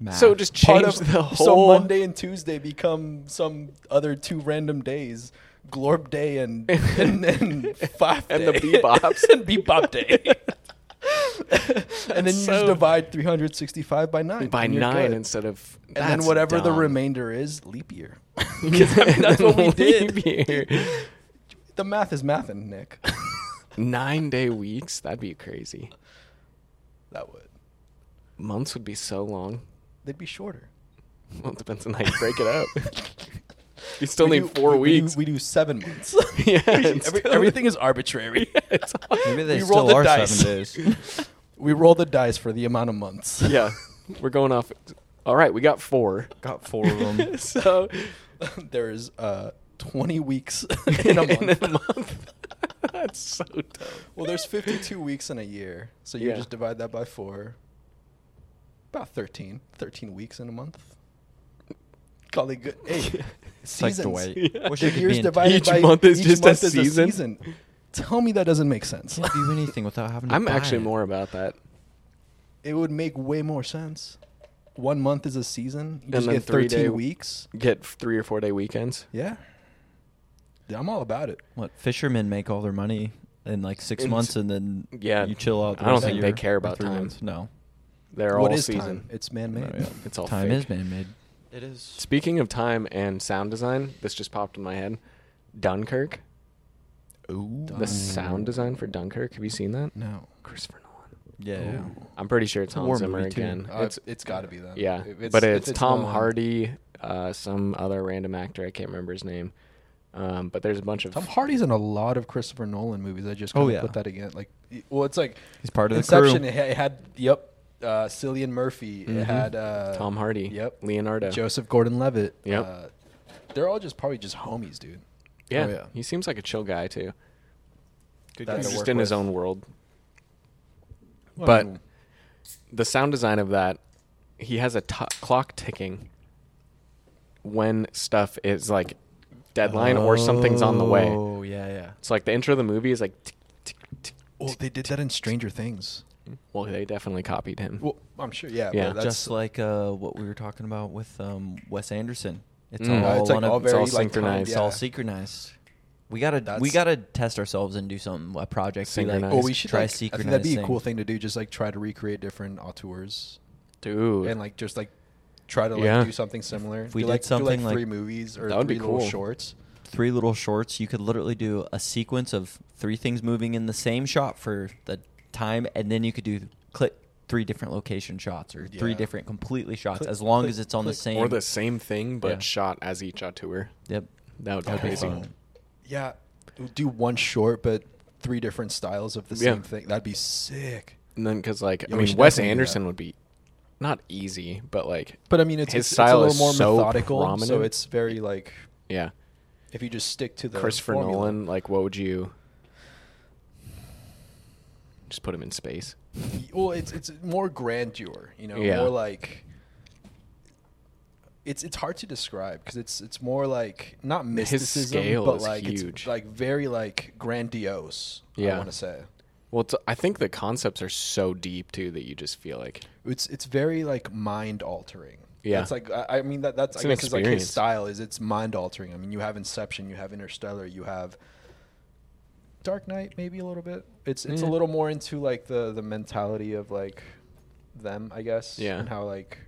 Speaker 5: Math.
Speaker 3: So just
Speaker 4: Part
Speaker 3: change
Speaker 4: of-
Speaker 3: the whole
Speaker 4: [laughs] So Monday and Tuesday become some other two random days. Glorp day and and, and five
Speaker 3: And the
Speaker 4: day.
Speaker 3: bebops.
Speaker 4: and [laughs] bebop day. and then you
Speaker 3: so-
Speaker 4: just divide 365 by nine.
Speaker 3: by
Speaker 4: and you're
Speaker 3: 9
Speaker 4: good.
Speaker 3: instead of
Speaker 4: and then whatever the
Speaker 3: [laughs]
Speaker 4: remainder is, leap year. 'Cause, I mean,
Speaker 3: remaining.
Speaker 4: that's what we did.
Speaker 3: did.
Speaker 4: The math is mathing, Nick. [laughs]
Speaker 3: 9 day weeks, that'd be crazy.
Speaker 4: that would.
Speaker 3: Months would be so long.
Speaker 4: They'd be shorter.
Speaker 3: Well, it depends on how you break it [laughs] up. you still
Speaker 4: We
Speaker 3: need
Speaker 4: do-
Speaker 3: four
Speaker 4: we- we do-
Speaker 3: [laughs] weeks.
Speaker 4: We do, seven months.
Speaker 3: yeah,
Speaker 4: [laughs]
Speaker 3: it's
Speaker 4: Every-
Speaker 3: still-
Speaker 4: everything is
Speaker 3: [laughs]
Speaker 4: arbitrary.
Speaker 3: it's-
Speaker 5: [laughs] maybe they
Speaker 4: we roll
Speaker 5: still
Speaker 4: the
Speaker 5: are
Speaker 4: dice.
Speaker 3: [laughs]
Speaker 5: seven days.
Speaker 4: we roll the dice for the amount of months.
Speaker 3: yeah, we're going off. All right, we got four.
Speaker 5: Got four of them.
Speaker 3: [laughs] So
Speaker 4: [laughs] there is uh, 20
Speaker 3: [laughs]
Speaker 4: weeks [laughs] in a month.
Speaker 3: that's so dumb.
Speaker 4: well, there's 52 weeks in a year, so you
Speaker 3: Yeah.
Speaker 4: just divide that by four. About 13, 13 weeks in a month. Call it good.
Speaker 3: [laughs]
Speaker 4: Hey, seasons.
Speaker 5: wait. Wish
Speaker 4: The
Speaker 5: it could
Speaker 4: year's
Speaker 5: be in-
Speaker 4: divided
Speaker 3: Each
Speaker 4: by-
Speaker 3: month is just a
Speaker 4: month
Speaker 3: season?
Speaker 4: Tell me that doesn't make
Speaker 3: [laughs]
Speaker 4: sense.
Speaker 5: Can't do anything without having. To
Speaker 3: I'm
Speaker 5: buy
Speaker 3: actually
Speaker 5: it.
Speaker 3: more about that.
Speaker 4: It would make way more sense. One month is a season. You
Speaker 3: And
Speaker 4: just
Speaker 3: then
Speaker 4: get
Speaker 3: three
Speaker 4: 13
Speaker 3: day-
Speaker 4: weeks.
Speaker 3: Get three or four day weekends.
Speaker 4: Yeah. Yeah, I'm all about it.
Speaker 5: What fishermen make all their money in like six
Speaker 3: It's-
Speaker 5: months, and then
Speaker 3: Yeah,
Speaker 5: you chill out. The
Speaker 3: I don't
Speaker 5: rest of
Speaker 4: think
Speaker 5: the
Speaker 3: they
Speaker 5: year
Speaker 3: care
Speaker 5: or
Speaker 3: about
Speaker 5: three
Speaker 3: time.
Speaker 5: months. No,
Speaker 3: They're
Speaker 4: What
Speaker 3: all
Speaker 4: is
Speaker 3: season. Oh,
Speaker 4: time? It's man-made.
Speaker 5: No, yeah.
Speaker 3: It's all
Speaker 5: time
Speaker 3: fake.
Speaker 5: is man-made. It is.
Speaker 3: Speaking of time and sound design, this just popped in my head. Dunkirk.
Speaker 5: Ooh.
Speaker 3: The sound design for Dunkirk. Have you seen that?
Speaker 4: No.
Speaker 3: Christopher Nolan.
Speaker 5: Yeah. yeah.
Speaker 3: I'm pretty sure it's
Speaker 5: a
Speaker 3: Hans
Speaker 5: war
Speaker 3: Zimmer
Speaker 5: movie, too.
Speaker 3: again.
Speaker 4: Uh,
Speaker 3: it's
Speaker 4: it's it's got to be that.
Speaker 3: yeah,
Speaker 4: If
Speaker 3: but
Speaker 4: if
Speaker 3: it's, Tom
Speaker 4: Nolan-
Speaker 3: Hardy, uh, some other random actor. I can't remember his name. Um, but there's a bunch of
Speaker 4: Tom Hardy's in a lot of Christopher Nolan movies. I just
Speaker 5: Oh,
Speaker 4: kind
Speaker 5: yeah.
Speaker 4: of put that again. Like, y- well, it's like
Speaker 5: He's part of the crew.
Speaker 4: Inception. It ha- it had yep, uh, Cillian Murphy. It had uh,
Speaker 3: Mm-hmm. Tom Hardy.
Speaker 4: Yep,
Speaker 3: Leonardo.
Speaker 4: Joseph Gordon-Levitt.
Speaker 3: Yep.
Speaker 4: uh, they're all just probably just homies, dude.
Speaker 3: yeah.
Speaker 4: Oh, yeah.
Speaker 3: he seems like a chill guy too.
Speaker 4: Good
Speaker 3: He's just in his own world.
Speaker 4: Well, I
Speaker 3: but
Speaker 4: mean,
Speaker 3: the sound design of that, he has a t- clock ticking when stuff is like deadline or something's on the way.
Speaker 5: Oh yeah, yeah.
Speaker 3: It's like the intro of the movie is like, tick, tick, tick.
Speaker 4: Well, Oh, they did that in Stranger Things.
Speaker 3: well, they definitely copied him.
Speaker 4: Well, I'm sure. Yeah.
Speaker 3: Hmm. Yeah.
Speaker 4: but that's,
Speaker 5: Just like uh, what we were talking about with um, Wes Anderson. It's
Speaker 3: Mm.
Speaker 5: all
Speaker 4: Uh, it's like
Speaker 5: on a,
Speaker 4: all
Speaker 5: it's
Speaker 4: very
Speaker 5: all,
Speaker 4: like,
Speaker 3: synchronized.
Speaker 4: timed,
Speaker 5: it's
Speaker 4: yeah.
Speaker 5: all synchronized. We gotta we
Speaker 4: That's-
Speaker 5: gotta test ourselves and do something a project. be Like,
Speaker 3: Synchronized.
Speaker 4: Well, we should
Speaker 5: try
Speaker 4: like, I think
Speaker 5: synchronize.
Speaker 4: that'd be a cool
Speaker 5: things.
Speaker 4: thing to do. Just like try to recreate different auteurs
Speaker 3: Dude,
Speaker 4: and like just like try to like
Speaker 3: Yeah.
Speaker 4: do something similar.
Speaker 5: we
Speaker 4: do,
Speaker 5: did
Speaker 4: like,
Speaker 5: something
Speaker 4: do,
Speaker 5: like-
Speaker 4: like three movies or
Speaker 3: That would be
Speaker 4: three little
Speaker 3: cool.
Speaker 4: shorts.
Speaker 5: Three little shorts. You could literally do a sequence of three things moving in the same shot for the time, and then you could do click three different location shots or three
Speaker 4: Yeah.
Speaker 5: different completely shots
Speaker 4: Click,
Speaker 5: as long
Speaker 4: click,
Speaker 5: as it's on the
Speaker 4: click.
Speaker 5: same.
Speaker 3: or the same thing but
Speaker 5: Yeah.
Speaker 3: shot as each auteur.
Speaker 5: Yep.
Speaker 3: That would be
Speaker 4: That'd be
Speaker 3: crazy.
Speaker 4: fun. Yeah, do one short but three different styles of the
Speaker 3: Yeah.
Speaker 4: same thing. That'd be sick.
Speaker 3: And then because like
Speaker 4: Yeah,
Speaker 3: I
Speaker 4: we
Speaker 3: mean,
Speaker 4: should
Speaker 3: Wes
Speaker 4: definitely do
Speaker 3: Anderson
Speaker 4: that.
Speaker 3: would be not easy, but like,
Speaker 4: But I mean, it's
Speaker 3: His
Speaker 4: it's,
Speaker 3: style
Speaker 4: it's
Speaker 3: is
Speaker 4: a little
Speaker 3: so
Speaker 4: more methodical, so
Speaker 3: prominent.
Speaker 4: it's very like
Speaker 3: yeah,
Speaker 4: if you just stick to the
Speaker 3: Christopher
Speaker 4: formula.
Speaker 3: Nolan. Like, what would you? Just put him in space.
Speaker 4: Well, it's it's more grandeur, you know,
Speaker 3: Yeah.
Speaker 4: more like it's it's hard to describe because it's it's more like not mysticism,
Speaker 3: scale
Speaker 4: but
Speaker 3: is
Speaker 4: like
Speaker 3: huge.
Speaker 4: it's like very like grandiose.
Speaker 3: Yeah.
Speaker 4: I want to say
Speaker 3: Well, it's, I think the concepts are so deep too that you just feel like
Speaker 4: it's it's very like mind altering.
Speaker 3: Yeah.
Speaker 4: it's like I, I mean that that's
Speaker 3: It's
Speaker 4: I
Speaker 3: an
Speaker 4: guess it's like his
Speaker 3: experience.
Speaker 4: style is it's mind altering. I mean, you have Inception, you have Interstellar, you have Dark Knight, maybe a little bit. It's it's
Speaker 3: Yeah.
Speaker 4: a little more into like the the mentality of like them, I guess.
Speaker 3: Yeah.
Speaker 4: and how like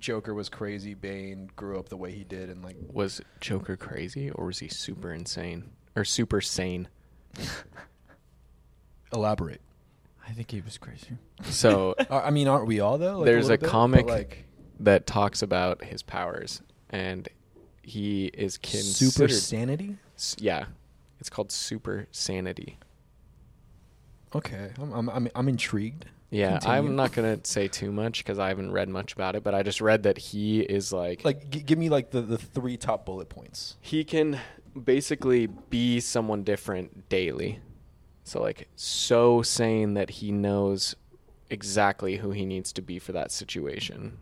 Speaker 4: Joker was crazy, Bane grew up the way he did, and like
Speaker 3: was Joker crazy or was he super insane or super sane?
Speaker 4: elaborate.
Speaker 5: I think he was crazy.
Speaker 4: [laughs]
Speaker 3: So
Speaker 4: I mean, aren't we all though? Like,
Speaker 3: there's a,
Speaker 4: little bit, but,
Speaker 3: comic
Speaker 4: like
Speaker 3: that talks about his powers and he is
Speaker 4: super
Speaker 3: considered
Speaker 4: sanity.
Speaker 3: s- yeah it's called super sanity
Speaker 4: Okay, I'm I'm I'm, I'm intrigued.
Speaker 3: yeah
Speaker 4: Continue.
Speaker 3: i'm not gonna say too much because i haven't read much about it but i just read that he is like
Speaker 4: Like, g- give me like the, the three top bullet points.
Speaker 3: he can basically be someone different daily. So like so sane that he knows exactly who he needs to be for that situation.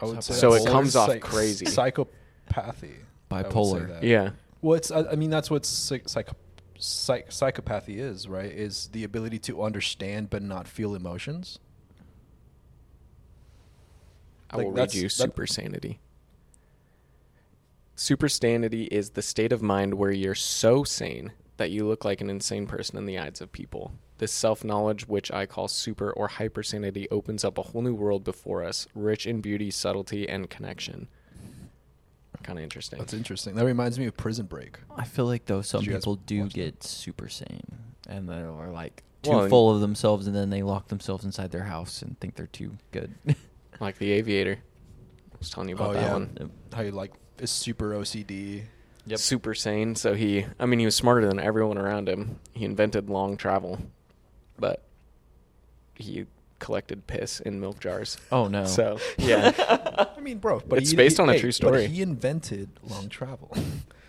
Speaker 4: I would say
Speaker 3: So
Speaker 4: that's
Speaker 3: it comes off
Speaker 4: psych-
Speaker 3: crazy.
Speaker 4: Psychopathy. I would say
Speaker 5: Bipolar.
Speaker 4: that.
Speaker 3: Yeah.
Speaker 4: Well, it's. I, I mean, that's what psych, psych, psych, psychopathy is, right? Is the ability to understand but not feel emotions.
Speaker 3: I
Speaker 4: Like,
Speaker 3: will read
Speaker 4: that's-
Speaker 3: you
Speaker 4: that-
Speaker 3: super sanity. Super sanity is the state of mind where you're so sane that you look like an insane person in the eyes of people. This self knowledge, which I call super or hyper sanity, opens up a whole new world before us, rich in beauty, subtlety, and connection. Kind of interesting.
Speaker 4: That's interesting. That reminds me of Prison Break.
Speaker 5: I feel like though some
Speaker 4: you guys
Speaker 5: people do
Speaker 4: watch that?
Speaker 5: get super sane and they are like too
Speaker 3: Well, and-
Speaker 5: full of themselves and then they lock themselves inside their house and think they're too good.
Speaker 3: [laughs] Like the Aviator. I was telling you about
Speaker 4: Oh,
Speaker 3: that
Speaker 4: yeah.
Speaker 3: one.
Speaker 4: How you like is super OCD.
Speaker 5: Yep.
Speaker 3: Super sane. So he, I mean, he was smarter than everyone around him. He invented long travel, but he collected piss in milk jars.
Speaker 5: oh no.
Speaker 3: So
Speaker 5: [laughs]
Speaker 3: yeah,
Speaker 4: I mean, bro, but
Speaker 3: It's
Speaker 4: he-
Speaker 3: based on a
Speaker 4: hey,
Speaker 3: true story.
Speaker 4: But he invented long travel.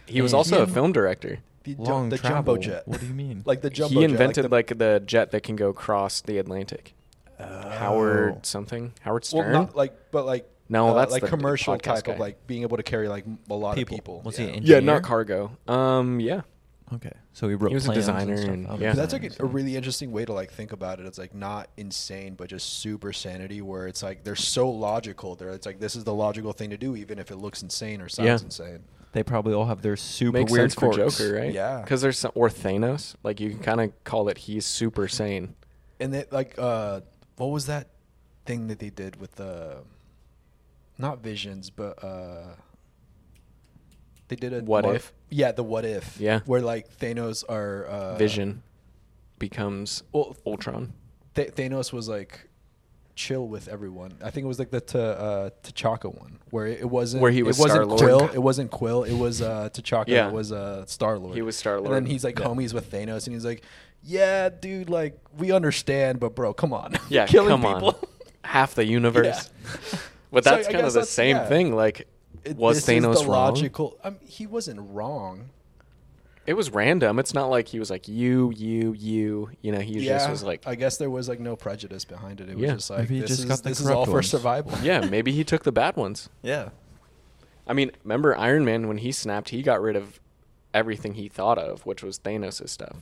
Speaker 3: he was
Speaker 5: And
Speaker 3: also a
Speaker 5: he-
Speaker 3: film director.
Speaker 4: The, ju-
Speaker 5: Long
Speaker 4: the
Speaker 5: travel.
Speaker 4: jumbo jet.
Speaker 5: What do you mean?
Speaker 4: [laughs] Like the jumbo
Speaker 3: he
Speaker 4: jet,
Speaker 3: invented
Speaker 4: the-
Speaker 3: like the, jet that can go across the Atlantic. Howard something. Howard
Speaker 4: Oh. Well,
Speaker 3: Stern.
Speaker 4: not like, but like uh,
Speaker 3: No, that's
Speaker 4: like
Speaker 3: the
Speaker 4: commercial
Speaker 3: podcast
Speaker 4: type
Speaker 3: guy.
Speaker 4: of like being able to carry like m- a lot
Speaker 5: People.
Speaker 4: of people.
Speaker 5: Was he an
Speaker 3: yeah,
Speaker 5: engineer?
Speaker 3: not cargo. Um, yeah,
Speaker 5: [laughs] Okay. So he wrote
Speaker 3: He was a
Speaker 5: plans
Speaker 3: designer
Speaker 5: and, stuff.
Speaker 3: and-
Speaker 5: Oh,
Speaker 3: yeah.
Speaker 4: But That's like
Speaker 5: plans
Speaker 4: a, a
Speaker 5: and-
Speaker 4: really interesting way to like think about it. It's like not insane, but just super sanity, where it's like they're so logical. They're it's like this is the logical thing to do, even if it looks insane or sounds
Speaker 3: Yeah.
Speaker 4: insane.
Speaker 5: They probably all have their super
Speaker 3: makes
Speaker 5: weird
Speaker 3: sense for
Speaker 5: quirks.
Speaker 3: Joker, right?
Speaker 4: Yeah.
Speaker 3: because there's some, or Thanos. Like you can kind of call it. He's super sane.
Speaker 4: And that like uh, what was that thing that they did with the not visions, but uh, they did a
Speaker 3: What
Speaker 4: Mar-
Speaker 3: If?
Speaker 4: Yeah, the what if.
Speaker 3: Yeah.
Speaker 4: where like Thanos are uh,
Speaker 3: Vision becomes
Speaker 4: Well,
Speaker 3: Ultron.
Speaker 4: Th- Thanos was like chill with everyone. I think it was like the T- uh, T'Chaka one where it, it wasn't
Speaker 3: Where he was
Speaker 4: it wasn't
Speaker 3: Star-Lord.
Speaker 4: Quill, it wasn't Quill, it was uh, T'Chaka,
Speaker 3: Yeah.
Speaker 4: it was uh, Star Lord.
Speaker 3: He was Star-Lord.
Speaker 4: and then he's like
Speaker 3: Yeah.
Speaker 4: homies with Thanos, and he's like, "Yeah, dude, like we understand, but bro, come on, [laughs]
Speaker 3: Yeah,
Speaker 4: killing
Speaker 3: come
Speaker 4: people."
Speaker 3: on. [laughs] Half the universe. [laughs] But
Speaker 4: So I
Speaker 3: that's kind
Speaker 4: guess
Speaker 3: of the
Speaker 4: that's-
Speaker 3: same
Speaker 4: yeah.
Speaker 3: thing. Like,
Speaker 4: It- this
Speaker 3: was Thanos
Speaker 4: is the
Speaker 3: wrong?
Speaker 4: logical? I mean, he wasn't wrong.
Speaker 3: It was random. It's not like he was like you, you, you. You know, he just was like,
Speaker 4: I guess there was like no prejudice behind it. It was
Speaker 3: Yeah.
Speaker 4: just like
Speaker 5: Maybe he
Speaker 4: this,
Speaker 5: just
Speaker 4: is,
Speaker 5: got the
Speaker 4: this is all
Speaker 5: corrupt
Speaker 4: for
Speaker 5: ones.
Speaker 4: survival.
Speaker 3: yeah,
Speaker 4: [laughs]
Speaker 3: maybe he took the bad ones.
Speaker 5: Yeah.
Speaker 3: I mean, remember Iron Man when he snapped, he got rid of everything he thought of, which was Thanos' stuff.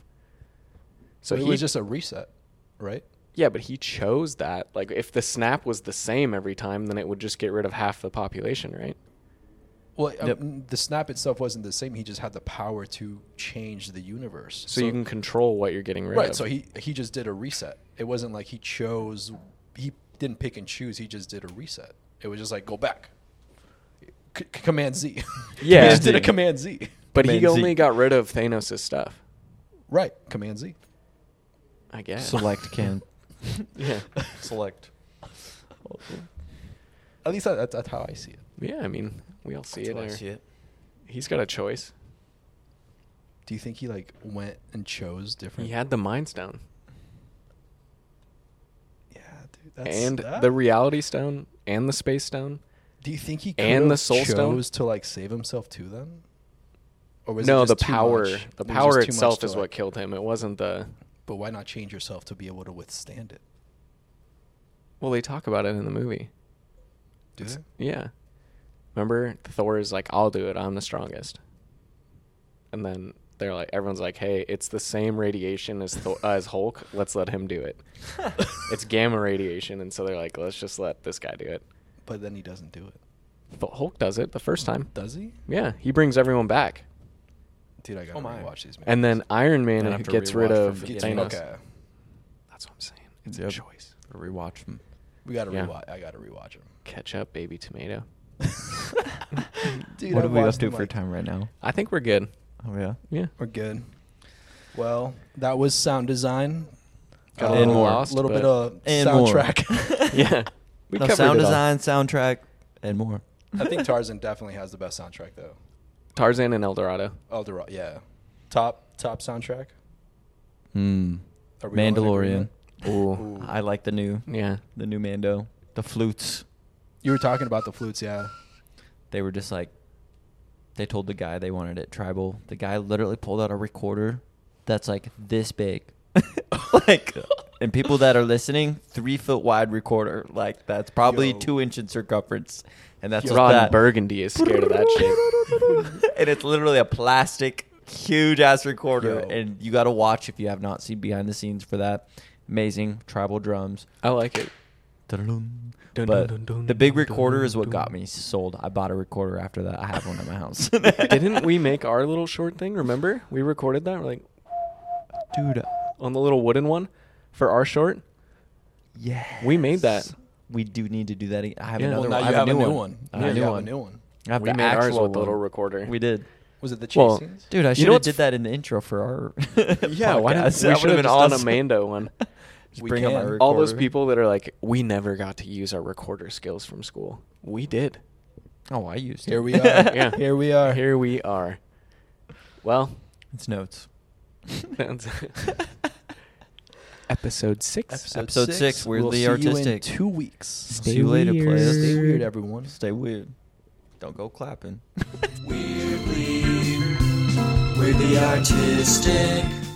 Speaker 4: so
Speaker 3: So
Speaker 4: it
Speaker 3: he
Speaker 4: was just a reset, right?
Speaker 3: yeah, but he chose that. Like, if the snap was the same every time, then it would just get rid of half the population, right?
Speaker 4: Well, um,
Speaker 5: Yep.
Speaker 4: the snap itself wasn't the same. He just had the power to change the universe.
Speaker 3: So, you can control what you're getting rid
Speaker 4: right.
Speaker 3: of.
Speaker 4: So he he just did a reset. It wasn't like he chose. He didn't pick and choose. He just did a reset. It was just like go back. C- c- command Z. [laughs]
Speaker 3: Yeah.
Speaker 4: he just did
Speaker 3: [laughs]
Speaker 4: a
Speaker 5: Z.
Speaker 4: command Z.
Speaker 3: but he
Speaker 5: Command Z.
Speaker 3: only got rid of Thanos' stuff.
Speaker 4: Right. Command Z.
Speaker 3: I guess.
Speaker 5: Select can.
Speaker 3: [laughs] yeah.
Speaker 5: Select.
Speaker 4: At least that, that's that's how I see it.
Speaker 3: [laughs] Yeah, I mean, we all see it, or-
Speaker 5: it.
Speaker 3: He's got a choice.
Speaker 4: Do you think he like went and chose different?
Speaker 3: He had the Mind Stone
Speaker 4: Yeah, dude. That's,
Speaker 3: and
Speaker 4: that-
Speaker 3: the Reality Stone and the Space Stone.
Speaker 4: Do you think he could
Speaker 3: and
Speaker 4: have
Speaker 3: the Soul
Speaker 4: chose
Speaker 3: Stone?
Speaker 4: to like save himself to them? Or was
Speaker 3: No,
Speaker 4: it
Speaker 3: the
Speaker 4: just too
Speaker 3: power,
Speaker 4: much? It
Speaker 3: the
Speaker 4: was
Speaker 3: power
Speaker 4: just too much
Speaker 3: itself
Speaker 4: to,
Speaker 3: is what
Speaker 4: like-
Speaker 3: killed him. It wasn't the.
Speaker 4: But why not change yourself to be able to withstand it?
Speaker 3: Well, they talk about it in the movie.
Speaker 4: Do they?
Speaker 3: Yeah. Remember, Thor is like, "I'll do it. I'm the strongest." And then they're like, everyone's like, "Hey, it's the same radiation as Thor, uh, as Hulk. Let's let him do it. [laughs] it's gamma radiation." And so they're like, "Let's just let this guy do it."
Speaker 4: But then he doesn't do it.
Speaker 3: But Hulk does it the first time.
Speaker 4: Does he?
Speaker 3: Yeah, he brings everyone back.
Speaker 4: Dude, I gotta
Speaker 5: Oh my.
Speaker 4: watch these movies.
Speaker 3: And then Iron Man
Speaker 5: Then I have to
Speaker 3: gets rid
Speaker 5: rewatch
Speaker 3: of
Speaker 5: from
Speaker 4: Get-
Speaker 5: Thanos.
Speaker 3: Thanos.
Speaker 4: Okay.
Speaker 3: That's what I'm saying. It's
Speaker 5: Yep.
Speaker 3: a choice. [laughs]
Speaker 5: Rewatch them.
Speaker 4: We gotta
Speaker 3: Yeah.
Speaker 4: rewatch. I gotta rewatch him.
Speaker 3: Ketchup, baby tomato.
Speaker 4: [laughs] Dude,
Speaker 5: what
Speaker 4: I
Speaker 5: are we up
Speaker 4: watched
Speaker 5: to
Speaker 4: him,
Speaker 5: for
Speaker 4: like-
Speaker 5: time right now?
Speaker 3: I think we're
Speaker 5: [laughs]
Speaker 3: good.
Speaker 5: Oh yeah.
Speaker 3: Yeah.
Speaker 4: We're good. Well, that was sound design. Uh,
Speaker 3: Got
Speaker 5: a little
Speaker 3: lost,
Speaker 4: A little bit
Speaker 3: but-
Speaker 4: of
Speaker 5: And more. [laughs]
Speaker 4: soundtrack. [laughs]
Speaker 3: Yeah. We
Speaker 5: no,
Speaker 3: covered
Speaker 5: sound
Speaker 3: it all.
Speaker 5: design, soundtrack, and more.
Speaker 4: I think Tarzan definitely has the best soundtrack though.
Speaker 3: Tarzan and El Dorado.
Speaker 4: Eldorado, yeah. Top top soundtrack.
Speaker 5: Hmm.
Speaker 4: Are we all in
Speaker 5: Mandalorian.
Speaker 4: agreement?
Speaker 3: Ooh.
Speaker 4: Ooh.
Speaker 5: I like the new,
Speaker 3: Yeah.
Speaker 5: the new Mando. The flutes.
Speaker 4: You were talking about the flutes, yeah.
Speaker 5: They were just like, they told the guy they wanted it tribal. The guy literally pulled out a recorder that's like this big, [laughs] like, and people that are listening, three foot wide recorder. Like that's probably
Speaker 4: Yo.
Speaker 5: two inch in circumference, and that's just
Speaker 3: Ron
Speaker 5: that.
Speaker 3: Burgundy is scared of that shit.
Speaker 5: and it's literally a plastic, huge ass recorder.
Speaker 4: Yo.
Speaker 5: And you got to watch if you have not seen behind the scenes for that. Amazing tribal drums.
Speaker 3: I like it.
Speaker 5: Dun-dun.
Speaker 3: Dun,
Speaker 5: But
Speaker 3: dun, dun,
Speaker 5: the big
Speaker 3: dun,
Speaker 5: recorder
Speaker 3: dun,
Speaker 5: is what
Speaker 3: dun.
Speaker 5: got me sold. I bought a recorder after that. I have one at my house.
Speaker 3: [laughs] Didn't we make our little short thing? Remember? We recorded that. We're like
Speaker 5: dude?
Speaker 3: on the little wooden one for our short.
Speaker 5: Yeah,
Speaker 3: We made that.
Speaker 5: We do need to do that. ag- I have
Speaker 3: Yeah.
Speaker 5: another.
Speaker 3: Well,
Speaker 5: one.
Speaker 3: now
Speaker 5: I
Speaker 4: you have a new one.
Speaker 5: I have
Speaker 4: Yeah,
Speaker 5: a
Speaker 4: you
Speaker 5: new
Speaker 4: have
Speaker 5: one.
Speaker 4: a new one.
Speaker 5: I have
Speaker 3: We
Speaker 5: the
Speaker 3: made ours
Speaker 5: actual
Speaker 3: with a little
Speaker 5: one.
Speaker 3: recorder.
Speaker 5: We did.
Speaker 4: Was it the chase
Speaker 3: Well,
Speaker 4: scenes?
Speaker 5: Dude, I should have
Speaker 3: what's
Speaker 5: did that in the intro for our. [laughs]
Speaker 3: Yeah, why didn't we
Speaker 5: podcast. That
Speaker 3: should have
Speaker 5: would've been
Speaker 3: just done a
Speaker 5: awesome.
Speaker 3: Mando one?
Speaker 5: [laughs] Just
Speaker 4: We
Speaker 5: bring out my
Speaker 4: can.
Speaker 5: recorder.
Speaker 3: All those people that are like, we never got to use our recorder skills from school. We did.
Speaker 5: Oh, I used it.
Speaker 4: Here
Speaker 5: [laughs]
Speaker 4: we are. yeah.
Speaker 3: [laughs] Yeah.
Speaker 4: Here we are.
Speaker 3: Here we are. Well, [laughs]
Speaker 5: It's notes. [laughs]
Speaker 3: that's episode six.
Speaker 5: Episode six,
Speaker 4: we'll
Speaker 5: Weirdly
Speaker 4: see You in
Speaker 5: Artistic.
Speaker 4: two weeks.
Speaker 5: See you later, players.
Speaker 4: Stay weird, everyone.
Speaker 5: Stay weird. Don't go clapping.
Speaker 1: Weirdly, we're the artistic.